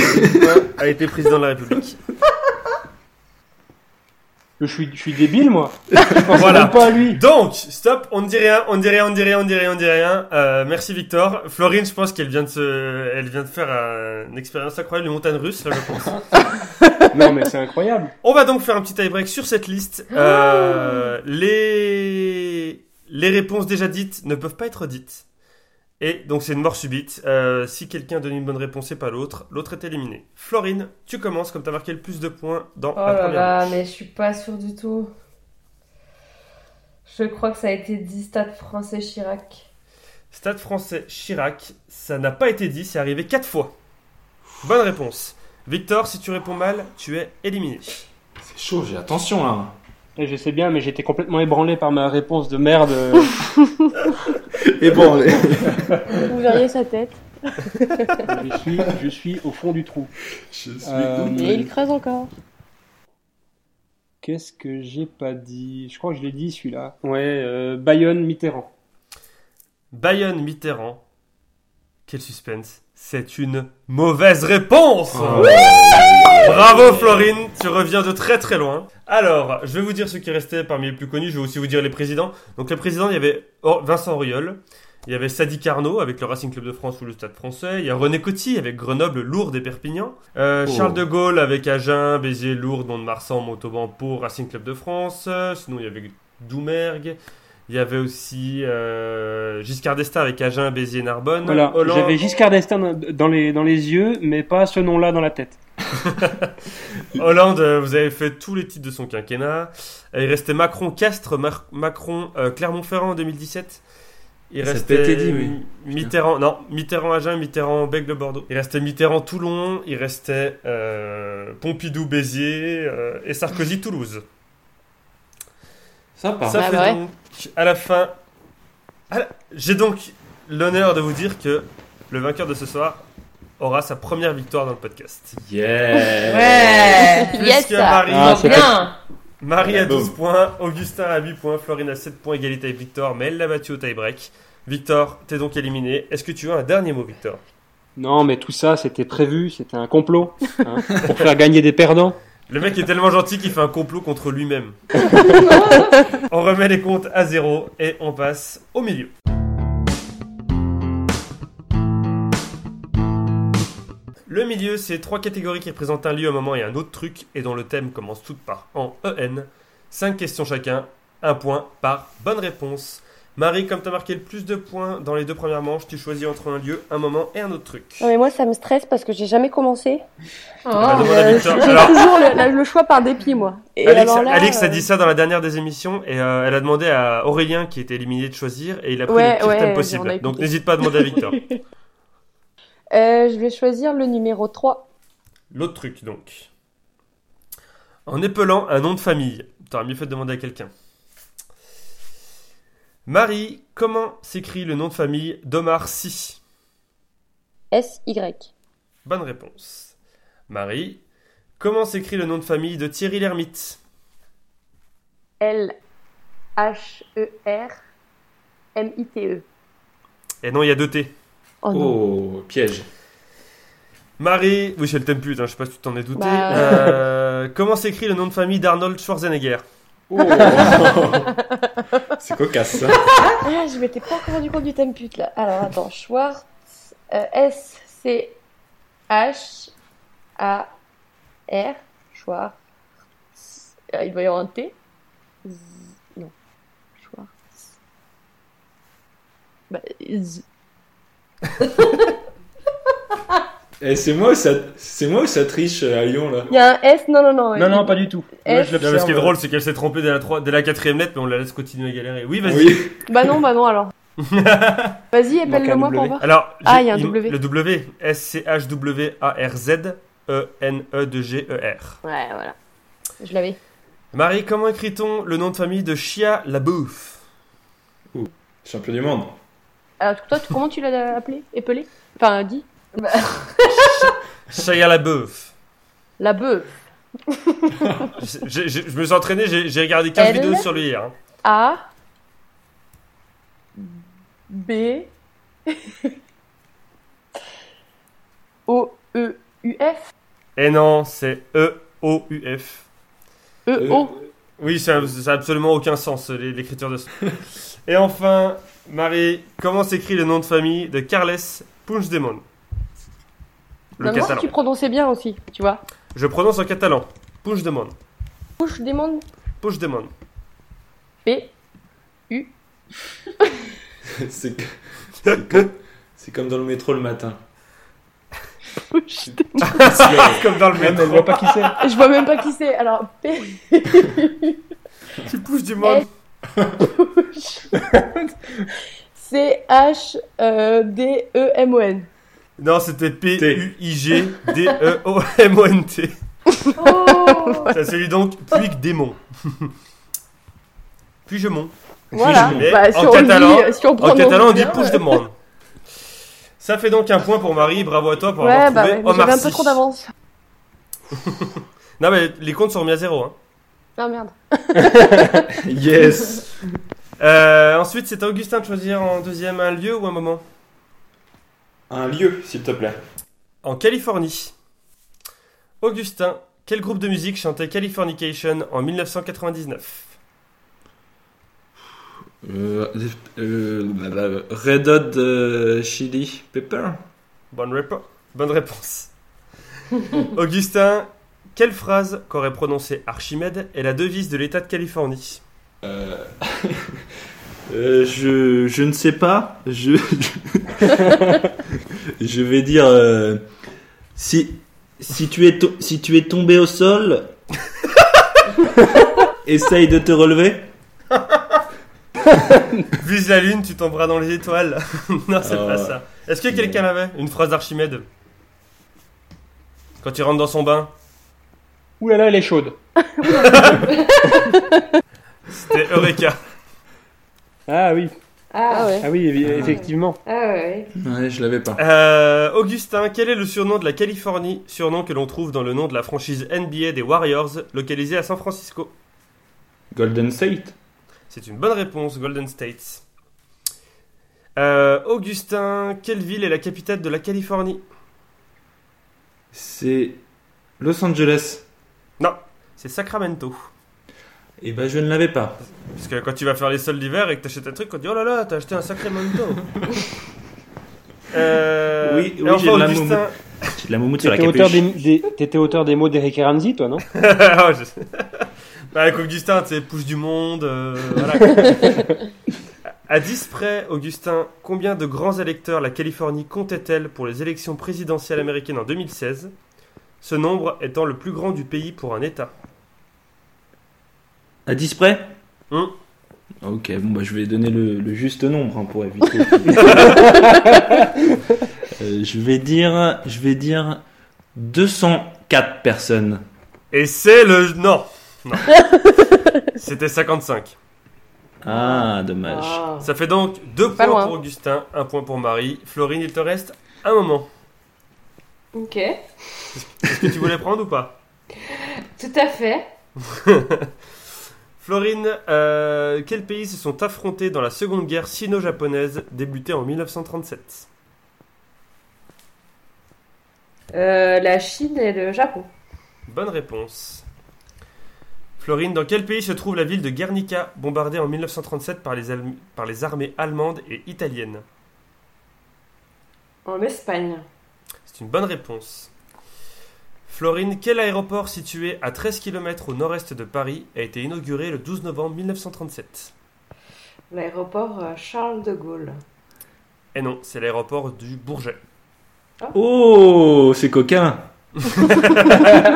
S1: a été président de la République.
S4: Je suis, je suis débile, moi. Je pensais
S1: Voilà.
S4: même pas à lui.
S1: Donc, stop, on ne dit rien, on ne dit rien, on ne dit rien, on ne dit rien, on ne dit rien. Euh, merci Victor. Florine, je pense qu'elle vient de se, elle vient de faire euh, une expérience incroyable, une montagne russe, là, je pense.
S4: Non, mais c'est incroyable.
S1: On va donc faire un petit tie-break sur cette liste.
S3: Ah.
S1: Euh, les... les réponses déjà dites ne peuvent pas être dites. Et donc c'est une mort subite. Euh, si quelqu'un donne une bonne réponse et pas l'autre, l'autre est éliminé. Florine, tu commences comme t'as marqué le plus de points dans
S3: Oh
S1: la
S3: là
S1: première.
S3: là,
S1: manche.
S3: mais je suis pas sûre du tout. Je crois que ça a été dit Stade français Chirac.
S1: Stade français Chirac, ça n'a pas été dit, c'est arrivé 4 fois. Bonne réponse. Victor, si tu réponds mal, tu es éliminé.
S2: C'est chaud, j'ai attention là.
S4: Et Eh, je sais bien, mais j'étais complètement ébranlé par ma réponse de merde. euh,
S6: Et bon, allez.
S5: Vous verriez sa tête.
S4: Je suis, je suis au fond du trou.
S6: Je suis
S4: Euh,
S5: Et il creuse encore.
S4: Qu'est-ce que j'ai pas dit Je crois que je l'ai dit celui-là. Ouais, euh, Bayonne Mitterrand.
S1: Bayonne Mitterrand. Quel suspense. C'est une mauvaise réponse. Bravo Florine, tu reviens de très très loin. Alors, je vais vous dire ce qui restait parmi les plus connus, je vais aussi vous dire les présidents. Donc les présidents, il y avait Or- Vincent Auriol, il y avait Sadi Carnot avec le Racing Club de France ou le Stade français, il y a René Coty avec Grenoble, Lourdes et Perpignan, Euh,
S2: Oh.
S1: Charles de Gaulle avec Agen, Béziers, Lourdes, Mont-de-Marsan, Montauban, Pau, Racing Club de France, Euh, sinon il y avait Doumergue, il y avait aussi euh, Giscard d'Estaing avec Agen, Béziers, Narbonne,
S4: Voilà,
S1: Hollande-
S4: j'avais Giscard d'Estaing dans- dans les, dans les yeux, mais pas ce nom-là dans la tête.
S1: Hollande, euh, vous avez fait tous les titres de son quinquennat. Euh, Il restait Macron-Castres, Mar- Macron euh, Clermont-Ferrand en 2017. Il
S2: Ça
S1: restait
S2: peut être dit, oui.
S1: Mitterrand, non, Mitterrand Agen, Mitterrand Bègle Bordeaux. Il restait Mitterrand Toulon, il restait euh, Pompidou Béziers euh, et Sarkozy Toulouse.
S2: Sympa.
S1: Ça
S5: Ah,
S1: fait
S5: bah ouais.
S1: donc à la fin. à la- J'ai donc l'honneur de vous dire que le vainqueur de ce soir aura sa première victoire dans le podcast.
S2: Yeah.
S3: Ouais
S5: Yes.
S1: Puisque Eh, Marie-
S4: Ah, c'est
S3: Bien
S1: Marie
S6: Voilà,
S1: à 12
S6: boum.
S1: points, Augustin à 8 points, Florine à 7 points, égalité avec Victor, mais elle l'a battu au tie-break. Victor, t'es donc éliminé. Est-ce que tu as un dernier mot, Victor
S4: Non, mais tout ça, c'était prévu, c'était un complot hein, pour faire gagner des perdants.
S1: Le mec est tellement gentil qu'il fait un complot contre lui-même. on remet les comptes à zéro et on passe au milieu. Le milieu, c'est trois catégories qui représentent un lieu, un moment et un autre truc, et dont le thème commence toutes par en EN. Cinq questions chacun, un point par bonne réponse. Marie, comme t'as marqué le plus de points dans les deux premières manches, tu choisis entre un lieu, un moment et un autre truc.
S5: Non, mais moi, ça me stresse parce que j'ai jamais commencé.
S1: Bah,
S3: Oh.
S1: demande à
S5: Euh,
S1: Victor.
S5: je fais
S1: Alors-
S5: toujours le, la- le choix par dépit, moi. Et
S1: Alex,
S5: alors là,
S1: Alex a
S5: euh,
S1: dit ça dans la dernière des émissions et euh, elle a demandé à Aurélien qui était éliminé de choisir et il a pris
S5: Ouais,
S1: le pire
S5: ouais,
S1: thème
S5: on a
S1: possible.
S5: écouté.
S1: Donc n'hésite pas à demander à Victor.
S5: euh, je vais choisir le numéro 3.
S1: L'autre truc donc. En épelant un nom de famille, t'aurais mieux fait de demander à quelqu'un. Marie, comment s'écrit le nom de famille d'Omar Sy
S5: S-Y.
S1: Bonne réponse. Marie, comment s'écrit le nom de famille de Thierry Lhermitte
S5: L-H-E-R-M-I-T-E.
S1: Et Eh non, il y a deux T.
S5: Oh non.
S2: Oh, piège.
S1: Marie, oui, c'est le thème pute, hein, je sais pas si tu t'en es douté.
S5: Bah, ouais.
S1: Euh, comment s'écrit le nom de famille d'Arnold Schwarzenegger
S6: Oh. C'est cocasse, ça.
S5: Ah, je m'étais pas encore rendu compte du thème pute là. Alors attends, Schwartz. euh, S-C-H-A-R. Schwartz. Euh, il doit y avoir un T. Z- Non. Schwartz. Bah, z-
S6: Eh, c'est moi, ou ça... c'est moi ou ça triche euh, à Lyon, là
S5: Il y a un S, non, non, non.
S4: Non, non,
S5: il-
S4: pas du tout.
S5: Eh.
S4: Moi,
S1: Non, mais
S4: je
S1: ce qui est
S4: l'observe.
S1: drôle, c'est qu'elle s'est trompée dès la, trois- dès la quatrième lettre, mais on la laisse continuer à galérer. Oui, vas-y.
S6: Oui.
S5: Bah non, bah non, alors. Vas-y,
S4: Manque un
S5: épelle-le-moi pour
S4: W.
S5: voir.
S1: Alors,
S5: Ah,
S1: j'ai-
S5: il y a un W.
S1: Le W. E S-C-H-W-A-R-Z-E-N-E-D-G-E-R.
S5: Ouais, voilà. Je l'avais.
S1: E Marie, comment écrit-on le nom de famille de Chia Labouf
S6: Champion du monde.
S5: Alors, toi, tu- comment tu l'as appelé Épelé Enfin, dit
S1: Chia Labouf.
S5: La bœuf.
S1: je, je- je- je me suis entraîné, j'ai j'ai regardé 15
S5: Elle
S1: vidéos sur lui hier. hein.
S5: A B O E U F
S1: Et non, c'est E E-O-U-F.
S5: E O
S6: Oh.
S1: Oui, ça n'a absolument aucun sens, l'é- l'écriture de ce. Et enfin, Marie, comment s'écrit le nom de famille de Carles Puigdemont Le
S5: Non, non,
S1: catalan.
S5: tu prononçais bien aussi, tu vois.
S1: Je prononce en catalan. Puigdemont.
S5: Push demande
S1: Puigdemont.
S5: P
S6: Euh, C'est que- c'est que- c'est comme dans le métro le matin.
S5: push.
S1: Comme dans le
S4: Ouais, mais elle
S1: métro.
S4: voit pas qui c'est.
S5: Ah, Je vois même pas qui c'est. Alors P
S1: Tu pousses du monde.
S5: C H euh, D E M O N.
S1: Non, c'était E P-U-I-G-D-E-O-M-O-N-T.
S3: Oh.
S1: Ça s'élit donc Puigdemont. Puigdemont.
S5: Voilà.
S1: Mais
S5: Bah,
S1: en
S5: si on
S1: catalan-
S5: lit- Bah, si on
S1: En
S5: prononce
S1: catalan, on dit
S5: bien, euh,
S1: Puigdemont. Ça fait donc un point pour Marie, bravo à toi pour
S5: Ouais,
S1: avoir
S5: bah
S1: trouvé
S5: ouais, mais
S1: Omar
S5: j'avais un
S1: Sy.
S5: peu trop d'avance.
S1: Non mais les comptes sont remis à zéro. hein.
S5: Ah merde.
S6: Yes
S1: Euh, ensuite c'est à Augustin de choisir en deuxième un lieu ou un moment.
S6: Un lieu, s'il te plaît.
S1: En Californie. Augustin, quel groupe de musique chantait Californication en 1999
S2: Euh, euh, Red Hot euh, Chili Pepper.
S1: Bonne, répo- Bonne réponse. Augustin, quelle phrase qu'aurait prononcée Archimède est la devise de l'État de Californie
S6: Euh,
S2: Euh, je, je ne sais pas. Je, je vais dire euh, si si tu es to- si tu es tombé au sol, essaye de te relever.
S1: Vise la lune, tu tomberas dans les étoiles. non, c'est
S6: Ah
S1: pas
S6: ouais.
S1: ça. Est-ce que quelqu'un l'avait Une phrase d'Archimède Quand il rentre dans son bain
S4: Ouh là là, elle est chaude.
S1: C'était Eureka.
S4: Ah oui,
S5: Ah ouais.
S4: ah oui, évi- effectivement.
S3: Ah ouais.
S2: Ouais, je l'avais pas.
S1: Euh, Augustin, quel est le surnom de la Californie Surnom que l'on trouve dans le nom de la franchise NBA des Warriors, localisée à San Francisco.
S6: Golden State
S1: C'est une bonne réponse, Golden State. Euh, Augustin, quelle ville est la capitale de la Californie
S2: C'est Los Angeles.
S1: C'est Sacramento.
S2: Et ben je ne l'avais pas.
S1: Parce que quand tu vas faire les soldes d'hiver et que t'achètes un truc, on te dit oh là là, t'as acheté un Sacramento. euh,
S2: Oui,
S1: et
S2: oui, j'ai
S1: enfin,
S2: de la
S1: Augustin.
S2: C'est de la moumoute sur la
S4: T'étais auteur,
S2: capuche.
S4: des, des- t'étais auteur des mots d'Eric et Ramsey, toi, non
S5: Oh,
S1: Ah, je- bah, avec Augustin, tu sais, pouce du monde. euh, voilà. à 10 près, Augustin, combien de grands électeurs la Californie comptait-elle pour les élections présidentielles américaines en 2016 Ce nombre étant le plus grand du pays pour un État.
S2: À 10 près
S1: Hum.
S2: Ok, bon, bah, je vais donner le, le juste nombre hein, pour éviter. Euh, je vais dire, je vais dire 204 personnes.
S1: Et c'est le. Non, non. C'était 55.
S2: Ah, dommage.
S3: Ah.
S1: Ça fait donc 2
S5: Pas
S1: points
S5: loin.
S1: pour Augustin, 1 point pour Marie. Florine, il te reste un moment.
S3: Ok.
S1: Est-ce que tu voulais prendre ou pas
S3: Tout à fait.
S1: Florine, euh, quels pays se sont affrontés dans la seconde guerre sino-japonaise débutée en 1937
S3: Euh, la Chine et le Japon.
S1: Bonne réponse. Florine, dans quel pays se trouve la ville de Guernica, bombardée en 1937 par les, Allem- par les armées allemandes et italiennes
S3: En Espagne.
S1: C'est une bonne réponse. Florine, quel aéroport situé à 13 km au nord-est de Paris a été inauguré le 12 novembre 1937
S3: L'aéroport euh, Charles de Gaulle.
S1: Eh non, c'est l'aéroport du Bourget.
S2: Oh, c'est coquin.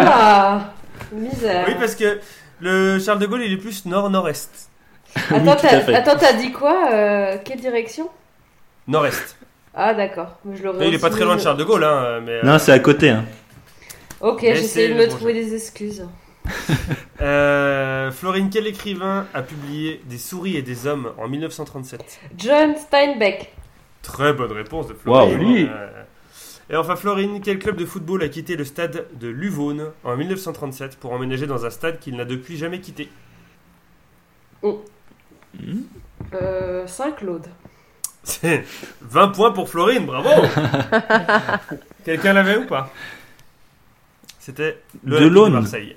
S3: Ah Misère.
S1: Oui, parce que le Charles de Gaulle, il est plus nord-nord-est.
S3: Attends,
S2: Oui, tout à fait.
S3: t'as- attends, t'as dit quoi euh, Quelle direction
S1: Nord-est.
S3: Ah d'accord. Mais je l'aurais
S1: Mais il est
S3: aussi
S1: pas très loin de
S3: mis-
S1: Charles de Gaulle, hein, mais. euh,
S2: Non, c'est à côté. Hein.
S3: Ok,
S1: Mais c'est
S3: j'essaie de
S1: le
S3: me
S1: bon
S3: trouver des excuses.
S1: euh, Florine, quel écrivain a publié Des souris et des hommes en 1937
S3: John Steinbeck.
S1: Très bonne réponse de Florine.
S4: Wow. Joli.
S1: Euh, Et enfin, Florine, quel club de football a quitté le stade de Luvone en 1937 pour emménager dans un stade qu'il n'a depuis jamais quitté
S3: Euh, Saint-Claude.
S1: C'est 20 points pour Florine, bravo Quelqu'un l'avait ou pas C'était le
S2: De
S1: Olympique
S2: l'Aune.
S1: Marseille.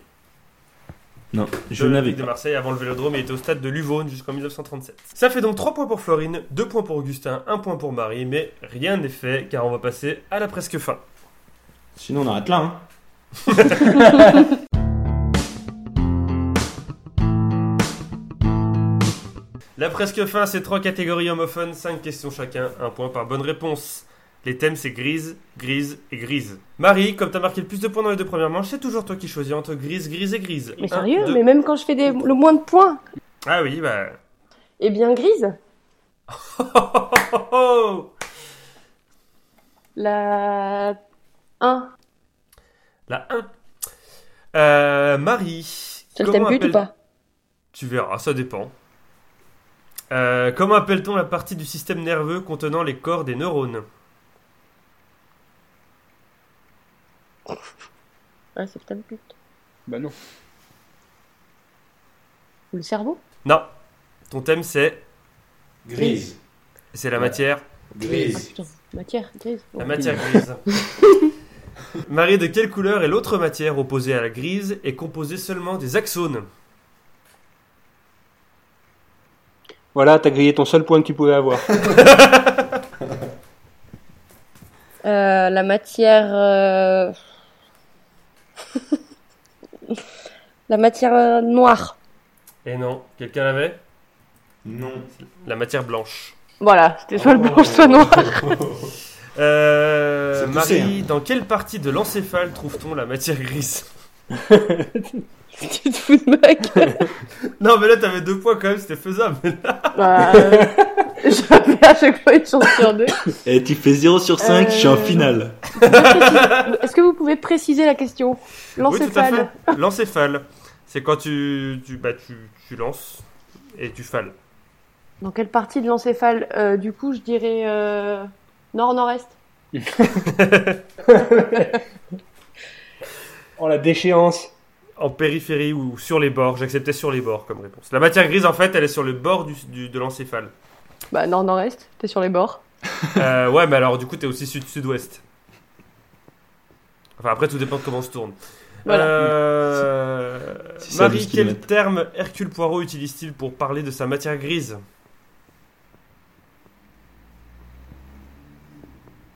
S2: Non, je
S1: de
S2: n'avais
S1: l'Olympique de
S2: pas.
S1: Marseille avant le Vélodrome il était au stade de Luvone jusqu'en 1937. Ça fait donc 3 points pour Florine, 2 points pour Augustin, 1 point pour Marie, mais rien n'est fait car on va passer à la presque fin.
S2: Sinon, on arrête là. Hein.
S1: La presque fin, c'est 3 catégories homophones, 5 questions chacun, 1 point par bonne réponse. Les thèmes c'est grise, grise et grise. Marie, comme t'as marqué le plus de points dans les deux premières manches, c'est toujours toi qui choisis entre grise, grise et grise.
S5: Mais
S1: Un,
S5: sérieux,
S1: deux-
S5: mais même quand je fais des, le moins de points,
S1: Ah oui, bah...
S5: eh bien grise, la 1.
S1: La 1. Euh, Marie.
S5: C'est le
S1: comment
S5: thème but ou
S1: appelle-
S5: pas
S1: Tu verras, ça dépend. Euh, comment appelle-t-on la partie du système nerveux contenant les corps des neurones
S5: Ah, c'est peut-être but.
S4: Bah non.
S5: Ou le cerveau
S1: Non. Ton thème, c'est
S6: Grise.
S1: c'est la matière.
S5: Ah
S6: Grise.
S5: putain, matière, grise.
S1: La
S5: Bon.
S1: matière grise. Marie, de quelle couleur est l'autre matière opposée à la grise et composée seulement des axones
S4: Voilà, t'as grillé ton seul point que tu pouvais avoir.
S5: Euh, la matière. euh, la matière euh, noire.
S1: Et Eh non, quelqu'un l'avait
S6: Non.
S1: La matière blanche.
S5: Voilà, c'était soit le blanc, soit noir.
S1: Euh,
S6: C'est poussé,
S1: Marie, dans quelle partie de l'encéphale trouve-t-on la matière grise
S5: tu te fous de ma gueule.
S1: Non, mais là, t'avais deux points quand même, c'était faisable.
S5: Bah, euh, J'avais à chaque fois une chance sur deux.
S2: Et Eh, tu fais 0 sur 5, je suis en
S5: Euh,
S2: finale.
S5: Est-ce que vous pouvez préciser la question
S1: Oui, tout à
S5: L'encéphale.
S1: fait. L'encéphale, c'est quand tu, tu, bah, tu, tu lances et tu fales.
S5: Dans quelle partie de l'encéphale Euh, Du coup, je dirais euh, nord-nord-est.
S4: Oh la déchéance.
S1: En périphérie ou sur les bords, j'acceptais sur les bords comme réponse. La matière grise, en fait, elle est sur le bord du, du- de l'encéphale.
S5: Bah, nord-nord-est, t'es sur les bords.
S1: Euh, ouais, mais alors, du coup, t'es aussi sud-sud-ouest. Enfin, après, tout dépend de comment on se tourne.
S5: Voilà.
S1: Euh,
S2: Si ça
S1: Marie,
S2: douze
S1: quel
S2: kilomètres.
S1: terme Hercule Poirot utilise-t-il pour parler de sa matière grise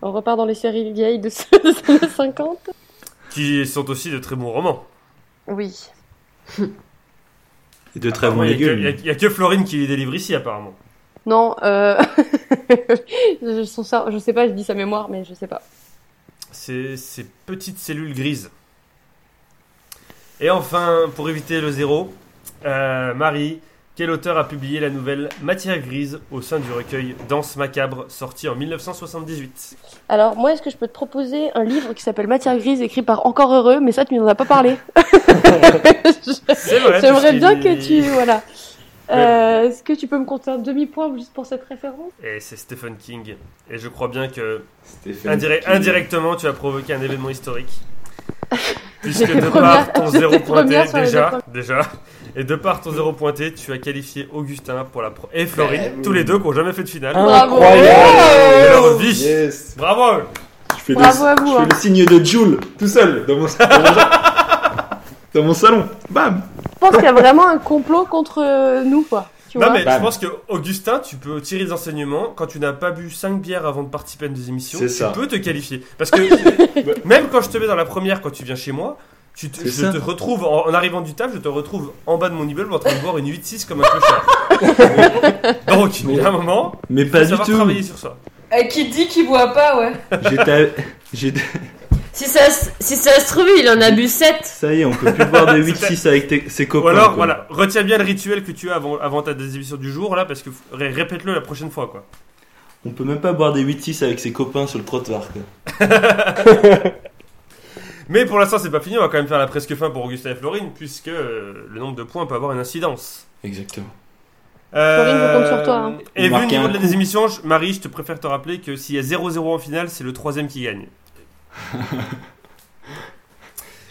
S5: On repart dans les séries vieilles de ceux des années 50.
S1: Qui sont aussi de très bons romans.
S5: Oui.
S2: Et de très bons
S1: Apparemment, Il
S2: légumes.
S1: n'y a, que- il y a que Florine qui les délivre ici, apparemment.
S5: Non, euh... je, sens ça- je sais pas, je dis sa mémoire, mais je sais pas.
S1: C'est ces petites cellules grises. Et enfin, pour éviter le zéro, euh, Marie, quel auteur a publié la nouvelle Matière grise au sein du recueil Danse macabre, sorti en 1978
S5: Alors, moi, est-ce que je peux te proposer un livre qui s'appelle Matière grise, écrit par Encore Heureux, mais ça, tu nous en as pas parlé.
S1: C'est vrai.
S5: J'aimerais
S1: puisqu'il-
S5: bien que tu. Voilà. Euh, est-ce que tu peux me compter un demi-point juste pour cette référence
S1: Et c'est Stephen King. Et je crois bien que
S6: Stéphane.
S1: indirect-
S6: King.
S1: indirectement, tu as provoqué un événement historique. Puisque
S5: J'étais
S1: de
S5: première-
S1: par ton
S5: j'étais
S1: zéro pointé,
S5: première sur les
S1: déjà,
S5: deux
S1: déjà, et de par ton zéro pointé, tu as qualifié Augustin pour la pro- et Florine,
S6: Ben
S1: tous les deux qui n'ont jamais fait de finale.
S5: Bravo.
S2: Oh,
S1: de
S4: Incroyable.
S1: leur vie.
S6: Yes.
S1: Bravo
S2: Je fais,
S5: Bravo
S2: le,
S5: à vous,
S2: je fais
S5: hein.
S2: le signe de Joule
S6: Tout seul dans mon salon. dans mon salon. Bam.
S5: Je pense qu'il y a vraiment un complot contre euh, nous, quoi. Tu
S1: Non
S5: vois
S1: mais
S6: Bam.
S1: je pense que Augustin, tu peux tirer des enseignements quand tu n'as pas bu 5 bières avant de participer à une des émissions,
S2: C'est
S1: tu
S2: ça.
S1: peux te qualifier parce que même quand je te mets dans la première quand tu viens chez moi, tu te,
S2: C'est
S1: je
S2: ça.
S1: te retrouve en, en arrivant du taf, je te retrouve en bas de mon immeuble en train de boire une 8-6 comme un clochard. Donc, il y a un moment,
S2: Mais
S1: il
S2: pas
S1: faut
S2: du
S1: savoir travailler
S2: tout.
S1: sur ça.
S3: Euh, qui dit qu'il boit pas, ouais.
S2: J'étais à- j'étais-
S3: Si ça, se- si ça se trouve, il en a bu 7.
S2: Ça y est, on peut plus boire de 8-6 avec tes- ses copains.
S1: Ou alors,
S2: quoi.
S1: voilà, retiens bien le rituel que tu as avant, avant ta des émissions du jour là, parce que ré- répète-le la prochaine fois quoi.
S2: On peut même pas boire des 8-6 avec ses copains sur le trottoir. quoi.
S1: Mais pour l'instant, c'est pas fini. On va quand même faire la presque fin pour Augustin et Florine, puisque euh, le nombre de points peut avoir une incidence. Euh,
S2: Exactement.
S5: Florine, je compte sur toi, hein.
S1: Et vu
S2: Vous
S1: le
S2: marquez
S1: niveau
S2: un
S1: de la
S2: coup.
S1: désémission, je- Marie, je te préfère te rappeler que s'il y a 0-0 en finale, c'est le troisième qui gagne.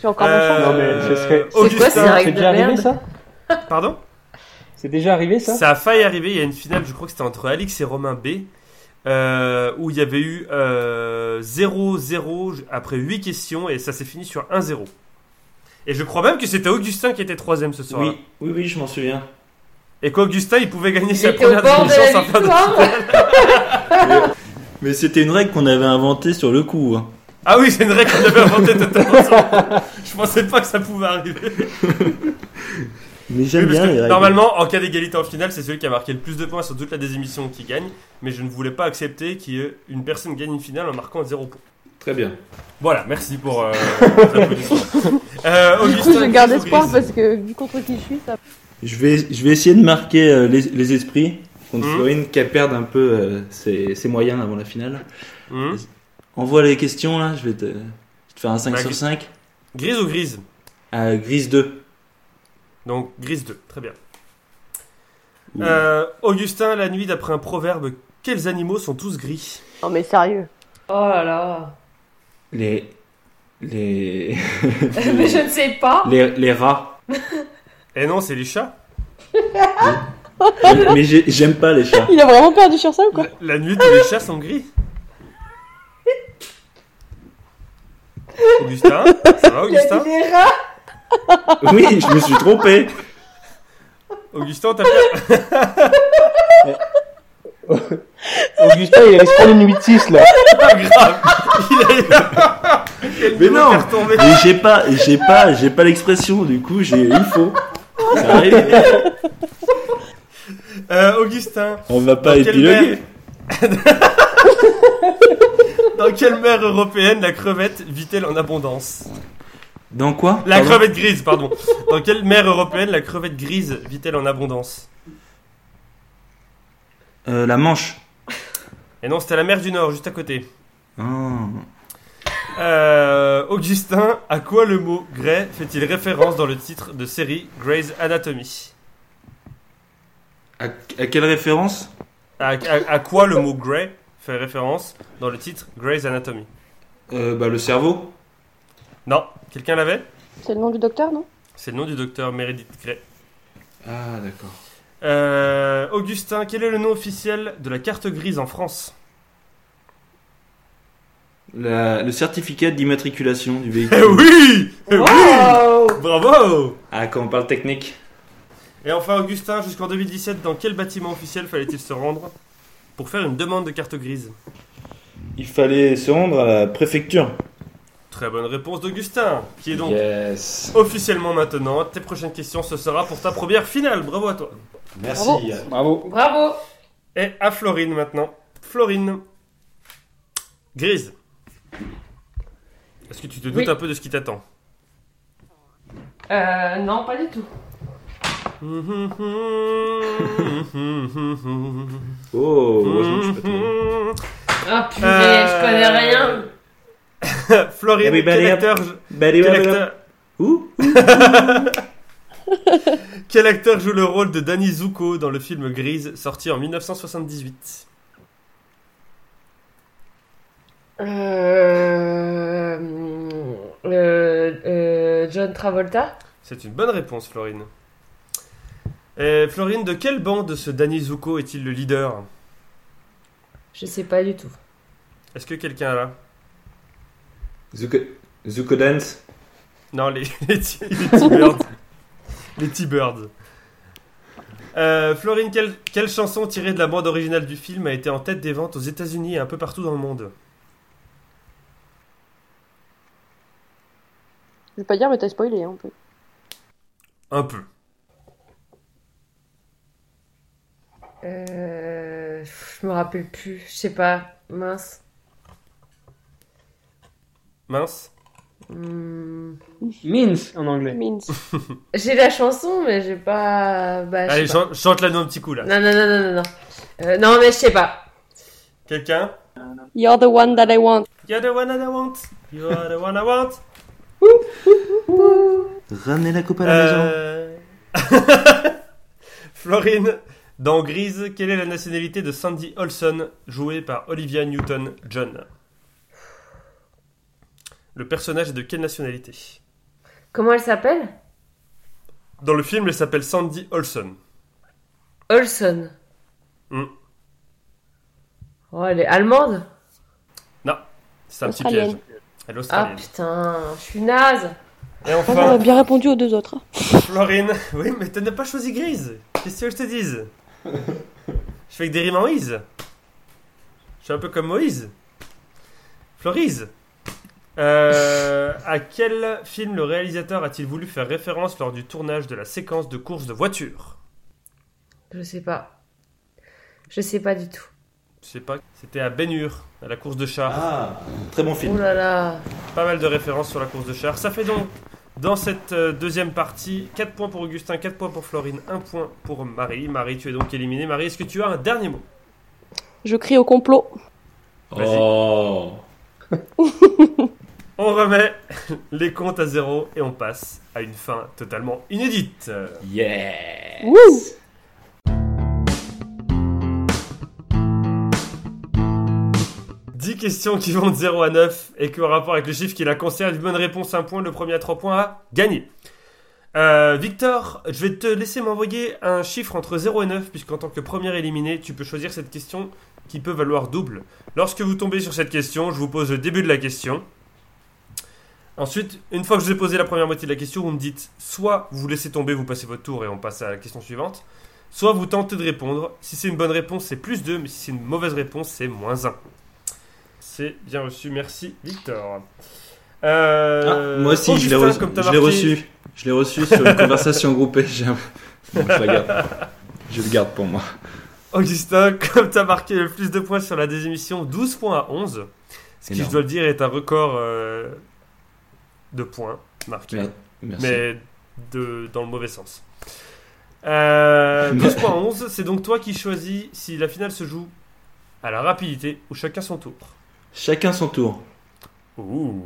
S5: J'ai encore mon
S1: Euh,
S5: chance.
S4: Non, mais ce serait- C'est
S1: Augustin,
S3: quoi ces règles
S4: C'est déjà
S3: de
S4: arrivé
S3: merde.
S4: ça
S1: Pardon
S4: C'est déjà arrivé ça
S1: Ça a failli arriver. Il y a une finale, je crois que c'était entre Alix et Romain B. euh, où il y avait eu euh, 0-0 j- après 8 questions et ça s'est fini sur 1-0. Et je crois même que c'était Augustin qui était troisième ce soir.
S2: Oui, oui, oui, je m'en souviens.
S1: Et qu'Augustin il pouvait gagner
S3: Il
S1: sa
S3: était au
S1: première
S3: bord de
S1: démission
S3: la
S1: sans faire de-
S3: victoire.
S2: Mais c'était une règle qu'on avait inventée sur le coup. hein.
S1: Ah oui, c'est une règle qu'on avait inventée totalement. sur le coup. Je pensais pas que ça pouvait arriver.
S2: Mais
S1: Oui,
S2: j'aime
S1: parce
S2: bien
S1: que
S2: les règles.
S1: normalement, en cas d'égalité en finale, c'est celui qui a marqué le plus de points sur toute la désémission qui gagne. Mais je ne voulais pas accepter qu'une personne gagne une finale en marquant 0 point.
S6: Très bien.
S1: Voilà, merci pour. Euh, cet applaudissement. euh,
S5: Du coup, je
S1: Augustin,
S5: garde
S1: Grise,
S5: espoir
S1: Grise.
S5: parce que vu contre qui je suis, ça.
S2: Je vais, je vais essayer de marquer euh, les, les esprits contre
S1: Mhm.
S2: Florine qui a perdu un peu euh, ses, ses moyens avant la finale.
S1: Hmm.
S2: Envoie les questions là, je vais te, je vais te faire un 5
S1: Bah,
S2: sur
S1: gris-
S2: 5.
S1: Grise ou grise
S2: à grise 2.
S1: Donc grise 2, très bien. Euh, Augustin, la nuit, d'après un proverbe, quels animaux sont tous gris
S5: Non, mais sérieux.
S3: Oh là là.
S2: Les, Les...
S3: Mais je ne sais pas.
S2: les, les rats.
S1: Et Eh non, c'est les chats.
S2: Mais j'ai- j'aime pas les
S1: Ah.
S2: chats.
S5: Il a vraiment perdu sur ça ou quoi
S1: La nuit, tous les chats sont gris. Augustin, ça va
S3: Il a
S1: Augustin
S3: dit les rats.
S2: Oui, je me suis trompé.
S1: Augustin, t'as pas...
S4: Augustin, il allait se prendre une 8-6 là.
S1: pas grave Il a... Quel
S2: Mais
S1: niveau
S2: non.
S1: t'es retombé
S2: Mais j'ai pas, j'ai pas, j'ai pas l'expression. Du coup, j'ai il faut. Ça arrive.
S1: Euh, Augustin,
S2: On va pas
S1: Dans quelle mer
S2: épiloguer.
S1: dans quelle mer européenne la crevette vit-elle en abondance
S2: Dans quoi
S1: La
S2: Pardon
S1: crevette grise, pardon. Dans quelle mer européenne la crevette grise vit-elle en abondance
S2: Euh, La Manche.
S1: Et non, c'était la mer du Nord, juste à côté.
S2: Ah.
S1: Euh, Augustin, à quoi le mot Grey fait-il référence dans le titre de série Grey's Anatomy
S2: À, à quelle référence
S1: à, à- à quoi le mot Grey fait référence dans le titre Grey's Anatomy
S2: euh, Bah le cerveau.
S1: Non, quelqu'un l'avait
S5: C'est le nom du docteur, non
S1: C'est le nom du docteur Meredith Grey.
S2: Ah d'accord.
S1: Euh, Augustin, quel est le nom officiel de la carte grise en France
S2: La- le certificat d'immatriculation du
S1: Eh
S2: véhicule.
S1: oui Eh oui
S3: Wow.
S1: Bravo
S2: Ah quand on parle technique.
S1: Et enfin, Augustin, jusqu'en 2017, dans quel bâtiment officiel fallait-il se rendre pour faire une demande de carte grise
S2: Il fallait se rendre à la préfecture.
S1: Très bonne réponse d'Augustin, qui est donc
S6: Yes.
S1: officiellement maintenant. Tes prochaines questions, ce sera pour ta première finale. Bravo à toi.
S6: Merci.
S5: Bravo.
S4: Bravo.
S3: Bravo.
S1: Et à Florine maintenant. Florine. Grise. Est-ce que tu te doutes
S3: Oui.
S1: un peu de ce qui t'attend
S3: Euh, non, pas du tout.
S1: Hum, hum.
S2: Oh,
S1: Mhm.
S2: heureusement que je suis pas tombé.
S3: Ah purée,
S1: Euh,
S3: je connais rien.
S1: Florine, quel
S2: Everybody up.
S1: acteur,
S2: Bah, les-
S1: quel acteur-
S2: Ouh.
S1: quel acteur joue le rôle de Danny Zuko dans le film Grise sorti en 1978
S3: Euh, hum, euh, euh, John Travolta.
S1: C'est une bonne réponse, Florine. Et Florine, de quelle bande ce Danny Zuko est-il le leader
S3: Je sais pas du tout.
S1: Est-ce que quelqu'un a là
S6: Zuko, Zuko Dance.
S1: Non, les, les T- les T-Birds. les T-Birds. Euh, Florine, quelle, quelle chanson tirée de la bande originale du film a été en tête des ventes aux États-Unis et un peu partout dans le monde
S5: Je vais pas dire, mais t'as spoilé hein, un peu.
S1: Un peu.
S3: Euh, je me rappelle plus. Je sais pas. Mince.
S1: Mince.
S3: Hum,
S4: Means en anglais.
S5: Means.
S3: J'ai la chanson, mais j'ai pas. Bah, je
S1: Allez,
S3: sais pas.
S1: chan- chante-la nous un petit coup là.
S3: Non, non, non, non, non, non. Euh, non, mais je sais pas.
S1: Quelqu'un
S5: You're the one that I want.
S1: You're the one that I want. You're the one I want.
S2: Ramenez la coupe à la maison.
S1: Euh, Florine, dans Grise, quelle est la nationalité de Sandy Olson, jouée par Olivia Newton-John Le personnage est de quelle nationalité
S3: Comment elle s'appelle
S1: Dans le film, elle s'appelle Sandy Olson.
S3: Olson.
S1: Hmm.
S3: Oh, elle est allemande
S1: C'est un petit piège.
S5: Australienne.
S1: Elle est
S3: Ah
S1: australienne.
S3: putain, je suis naze.
S1: Et
S5: Ah, J'aurais
S1: enfin,
S5: bien répondu aux deux autres. hein.
S1: Florine, oui, mais tu n'as pas choisi Grise. Qu'est-ce que je te dise Je fais que des rimes en Moïse. Je suis un peu comme Moïse. Florise. Euh, à quel film le réalisateur a-t-il voulu faire référence lors du tournage de la séquence de course de voiture
S3: Je sais pas. Je sais pas du tout.
S1: Je sais pas. C'était à Ben Hur, à la course de char.
S2: Ah, très bon film.
S3: Oh là là.
S1: Pas mal de références sur la course de char. Ça fait donc, dans cette euh, deuxième partie, 4 points pour Augustin, 4 points pour Florine, 1 point pour Marie. Marie, tu es donc éliminée. Marie, est-ce que tu as un dernier mot
S5: Je crie au complot.
S1: Vas-y.
S6: Oh.
S1: On remet les comptes à zéro et on passe à une fin totalement inédite. Euh,
S6: Yeah.
S5: Wouh
S1: 10 questions qui vont de 0 à 9 et qu'en rapport avec le chiffre qui la concerne, une bonne réponse, un point, le premier à 3 points a gagné. Euh, Victor, je vais te laisser m'envoyer un chiffre entre 0 et 9, puisqu'en tant que premier éliminé, tu peux choisir cette question qui peut valoir double. Lorsque vous tombez sur cette question, je vous pose le début de la question. Ensuite, une fois que je vous ai posé la première moitié de la question, vous me dites soit vous laissez tomber, vous passez votre tour et on passe à la question suivante, soit vous tentez de répondre. Si c'est une bonne réponse, c'est plus 2, mais si c'est une mauvaise réponse, c'est moins 1. C'est bien reçu, merci Victor. Euh,
S2: Ah, moi aussi, je l'ai
S1: Augustin,
S2: reçu.
S1: comme t'as
S2: Je l'ai
S1: marqué-
S2: reçu. Je l'ai reçu sur une conversation groupée. J'ai un- Bon, je la garde. Je le garde pour moi.
S1: Augustin, comme t'as marqué le plus de points sur la désémission, 12 points à 11. Ce qui,
S2: Énorme.
S1: je dois le dire, est un record euh, de points marqués.
S2: Mer- Merci.
S1: mais de, dans le mauvais sens. Euh, 12.11, c'est donc toi qui choisis si la finale se joue à la rapidité ou chacun son tour.
S2: Chacun son tour.
S1: Ouh.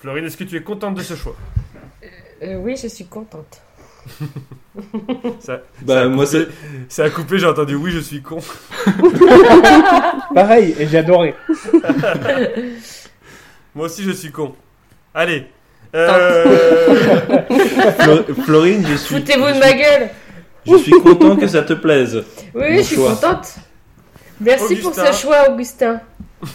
S1: Florine, est-ce que tu es contente de ce choix
S3: Euh, oui, je suis contente.
S2: Bah, moi, c'est.
S1: C'est à couper, j'ai entendu oui, je suis con.
S4: Pareil, et j'ai adoré.
S1: Moi aussi, je suis con. Allez. Euh,
S2: Flo- Florine, je suis.
S3: Foutez-vous
S2: je
S3: de
S2: suis-
S3: ma gueule
S2: Je suis content que ça te plaise.
S3: Oui,
S2: Bon
S3: oui, je suis
S2: choix.
S3: contente. Merci pour
S1: Augustin.
S3: ce choix, Augustin.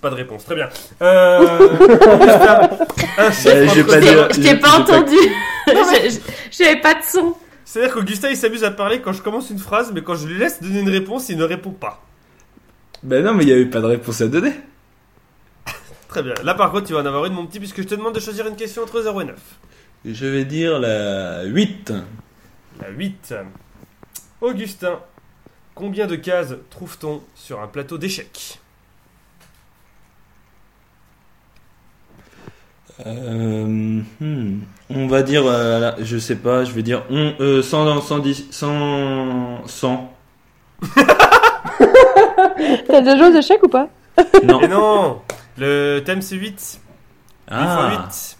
S1: pas de réponse, très bien. Euh, Augustin, un chiffre
S2: Euh, je vais
S1: entre-
S2: pas
S5: Je
S2: dire-
S5: t'ai- je t'ai pas
S2: j'ai pas-
S5: entendu. J'ai- j'ai- J'avais pas de son.
S1: C'est-à-dire qu'Augustin, il s'amuse à parler quand je commence une phrase, mais quand je lui laisse donner une réponse, il ne répond pas.
S2: Bah, non, mais il n'y a eu pas de réponse à donner.
S1: Très bien. Là, par contre, tu vas en avoir une, mon petit, puisque je te demande de choisir une question entre 0 et 9.
S2: Je vais dire la 8.
S1: La 8. Augustin, combien de cases trouve-t-on sur un plateau d'échecs
S2: Euh, hmm. On va dire, euh, là, je sais pas, je vais dire on, euh, 100, 110, 100, 100.
S5: T'as déjà joué aux échecs ou pas
S2: Non.
S1: Et non Le thème c'est 8.
S2: Ah.
S1: 8 x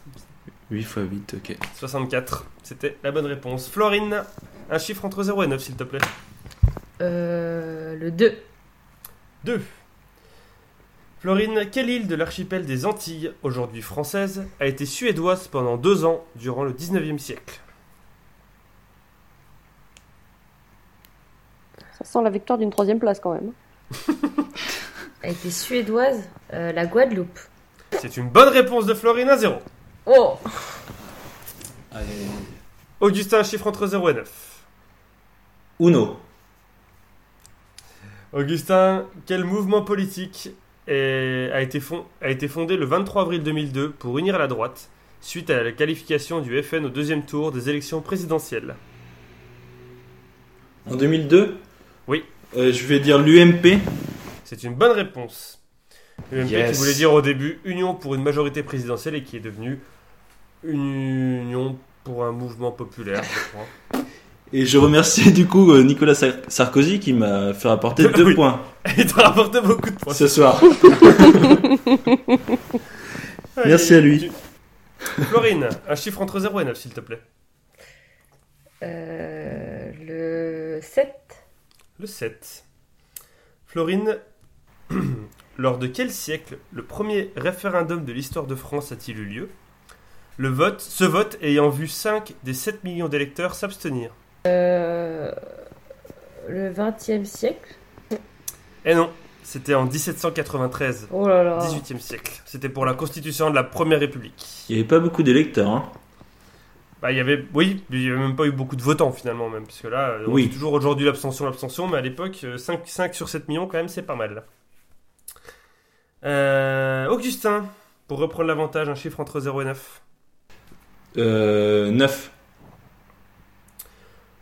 S2: 8 x 8, ok.
S1: 8. 64. C'était la bonne réponse. Florine, un chiffre entre 0 et 9, s'il te plaît.
S3: Euh, le 2.
S1: 2. Florine, quelle île de l'archipel des Antilles, aujourd'hui française, a été suédoise pendant deux ans durant le 19e siècle
S5: Ça sent la victoire d'une troisième place quand même.
S3: Elle était suédoise. Euh, la Guadeloupe.
S1: C'est une bonne réponse de Florine à 0.
S3: Oh
S1: Augustin, un chiffre entre 0 et 9.
S2: Uno.
S1: Augustin, quel mouvement politique est- a, été fon- a été fondé le 23 avril 2002 pour unir la droite suite à la qualification du FN au deuxième tour des élections présidentielles
S2: En 2002
S1: Oui.
S2: Euh, je vais dire l'UMP.
S1: C'est une bonne réponse. UMP
S2: Yes.
S1: qui voulait dire au début Union pour une majorité présidentielle et qui est devenue Union pour un mouvement populaire, je crois.
S2: Et je remercie du coup euh, Nicolas Sar- Sarkozy qui m'a fait rapporter deux
S1: Oui.
S2: points
S1: Il te rapporte beaucoup de points.
S2: ce soir. merci
S1: Allez,
S2: à lui.
S1: tu- Florine, un chiffre entre 0 et 9, s'il te plaît.
S3: Euh, Le 7.
S1: Le 7. Florine, lors de quel siècle le premier référendum de l'histoire de France a-t-il eu lieu le vote, ce vote ayant vu 5 des 7 millions d'électeurs s'abstenir.
S3: Euh, le 20e siècle.
S1: Eh non, c'était en 1793,
S3: Oh là là.
S1: 18e siècle. C'était pour la constitution de la Première République.
S2: Il n'y avait pas beaucoup d'électeurs. Hein.
S1: Bah, il y avait, oui, mais il n'y avait même pas eu beaucoup de votants finalement, même, parce que là, euh, on
S2: Oui.
S1: dit toujours aujourd'hui l'abstention, l'abstention, mais à l'époque, 5, 5 sur 7 millions, quand même, c'est pas mal. Euh, Augustin, pour reprendre l'avantage, un chiffre entre 0 et 9.
S2: Euh, 9.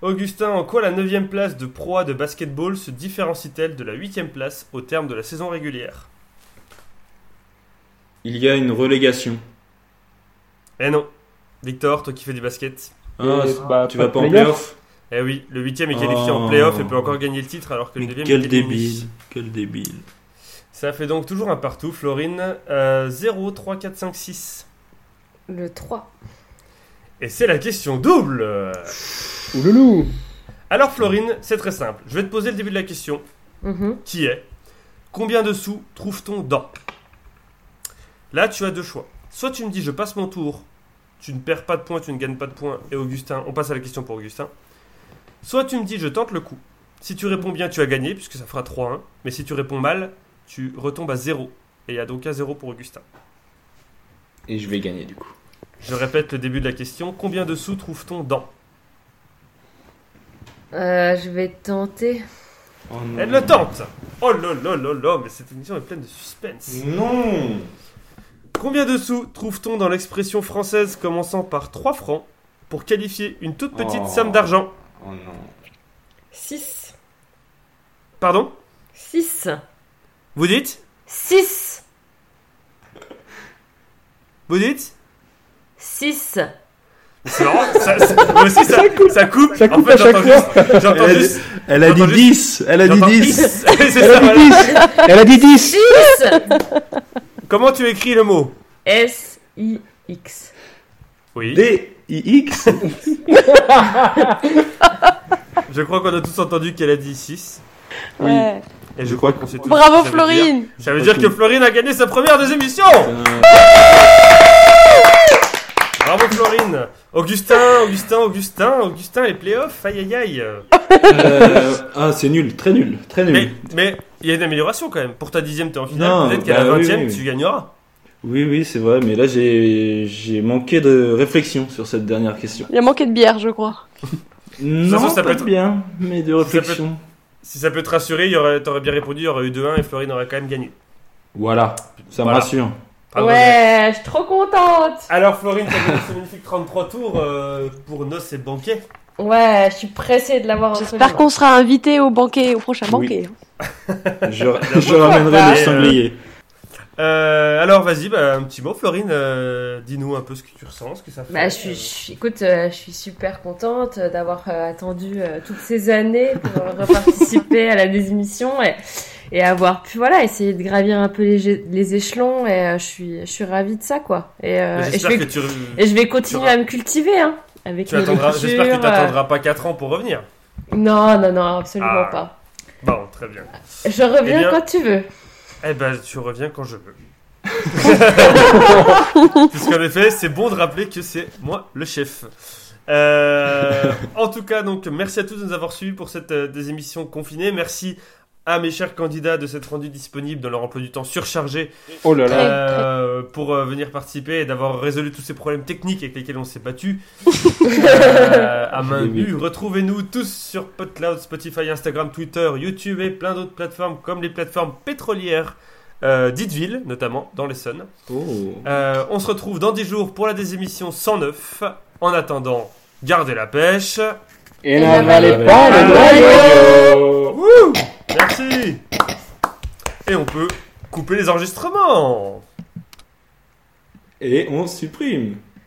S1: Augustin, en quoi la 9 place de proie de basketball se différencie-t-elle de la 8 place au terme de la saison régulière
S2: Il y a une relégation.
S1: Eh non, Victor, toi qui fais du basket. Euh,
S2: Ah,
S4: Et,
S2: c'est-
S4: bah,
S2: tu
S4: pas
S2: vas
S4: de
S2: pas en
S4: playoff.
S2: playoff
S1: Eh oui, le 8 est qualifié en
S2: Oh.
S1: playoff et peut encore gagner le titre alors que le
S2: Mais
S1: 9
S2: quel débile. Quel débile.
S1: Ça fait donc toujours un partout, Florine. Euh, 0, 3, 4, 5, 6.
S3: Le 3.
S1: Et c'est la question double
S4: Ouloulou
S1: Alors Florine, c'est très simple. Je vais te poser le début de la question.
S3: Mhm.
S1: qui est Combien de sous trouve-t-on dans Là, tu as deux choix. Soit tu me dis je passe mon tour, tu ne perds pas de points, tu ne gagnes pas de points, et Augustin, on passe à la question pour Augustin. Soit tu me dis je tente le coup. Si tu réponds bien, tu as gagné, puisque ça fera 3-1. Mais si tu réponds mal, tu retombes à 0. Et il y a donc à 0 pour Augustin.
S6: Et je vais gagner du coup.
S1: Je répète le début de la question. Combien de sous trouve-t-on dans
S3: Euh, je vais tenter.
S2: Oh non.
S1: Elle le tente Oh là là là là, mais cette émission est pleine de suspense.
S6: Non
S1: Combien de sous trouve-t-on dans l'expression française commençant par 3 francs pour qualifier une toute petite
S6: Oh.
S1: somme d'argent
S6: Oh non.
S3: 6.
S1: Pardon
S3: 6.
S1: Vous dites
S3: 6.
S1: Vous dites
S3: 6.
S1: C'est marrant, ça, ça- moi aussi ça, ça coupe,
S2: ça coupe à
S1: j'entends
S2: chaque
S1: juste- J'entends
S2: Elle-
S1: juste.
S2: Elle a dit
S1: J'entends
S2: 10 Elle a dit
S1: j'entends
S2: 10
S1: hiss. Oui, c'est
S2: Elle
S1: ça,
S2: a
S1: voilà.
S2: dit 10 Elle a dit 10
S1: Comment tu écris le mot
S3: S-I-X.
S1: Oui.
S2: D-I-X
S1: Je crois qu'on a tous entendu qu'elle a dit 6.
S5: Ouais.
S1: Et je
S2: Je
S1: crois
S2: crois
S1: qu'on s'est tous
S5: Bravo
S1: ça veut dire-
S5: Florine
S1: Ça veut dire que Florine a gagné sa première des émissions Bravo Florine Augustin, Augustin, Augustin, Augustin, les playoffs, aïe aïe aïe
S2: Euh, Ah, c'est nul, très nul, très nul.
S1: Mais mais il y a une amélioration quand même. Pour ta dixième, t'es en finale.
S2: Non,
S1: Peut-être qu'à la
S2: bah oui,
S1: vingtième,
S2: oui, oui.
S1: tu gagneras.
S2: Oui, oui, c'est vrai, mais là j'ai j'ai manqué de réflexion sur cette dernière question.
S5: Il a manqué de bière, je crois.
S2: Non,
S1: façon, ça
S2: pas
S1: peut être-
S2: bien, mais de
S1: Ça peut être-
S2: réflexion.
S1: Si ça peut te rassurer, il y aurait- t'aurais bien répondu, il y aurait eu 2-1 et Florine aurait quand même gagné.
S2: Voilà, ça
S1: Voilà.
S2: me rassure.
S1: Bravo, Audrey.
S3: ouais, je suis trop contente.
S1: Alors Florine, t'as gagné ce magnifique 33 tours euh, pour noces et banquets.
S3: Ouais, je suis pressée de l'avoir entre les
S5: J'espère
S3: mains.
S5: qu'on sera invité au banquet, au prochain
S2: Oui.
S5: banquet.
S2: Je, je ramènerai
S1: pas.
S2: le sanglier.
S1: Euh, alors vas-y, bah, un petit mot Florine, euh, dis-nous un peu ce que tu ressens, ce que ça fait.
S3: Bah, je suis, je suis- écoute, euh, je suis super contente euh, d'avoir euh, attendu euh, toutes ces années pour euh, reparticiper à la désémission et, et avoir pu voilà essayer de gravir un peu les, gé- les échelons et euh, je suis je suis ravie de ça quoi. Et,
S1: Euh,
S3: euh, et je
S1: J'espère
S3: vais
S1: que tu,
S3: et je euh, vais continuer
S1: auras-
S3: à me cultiver hein avec
S1: tu
S3: mes
S1: attendras, j'espère que
S3: lectures,
S1: tu attendras pas 4 ans pour revenir.
S3: euh, Non non non absolument
S1: Ah.
S3: pas.
S1: Bon, très bien.
S3: Je reviens
S1: Eh bien-
S3: quand tu veux.
S1: Eh ben, tu reviens quand je veux. Puisqu'en effet, c'est bon de rappeler que c'est moi le chef. Euh, en tout cas, donc, merci à tous de nous avoir suivis pour cette euh, des émissions confinées. Merci à mes chers candidats de s'être rendus disponibles dans leur emploi du temps surchargé
S4: Oh là là.
S1: euh, pour euh, venir participer et d'avoir résolu tous ces problèmes techniques avec lesquels on s'est battu Euh, à main nue. Retrouvez-nous tous sur PodCloud, Spotify, Instagram, Twitter, YouTube et plein d'autres plateformes comme les plateformes pétrolières euh, d'Idyville, notamment dans l'Essonne.
S2: Oh.
S1: Euh, on se retrouve dans 10 jours pour la désémission 109. En attendant, gardez la pêche.
S4: Et
S2: n'avalez
S4: n'avalez pas
S2: pas
S4: le
S1: le
S4: noyau.
S1: Wouh Merci Et on peut couper les enregistrements
S2: Et on supprime.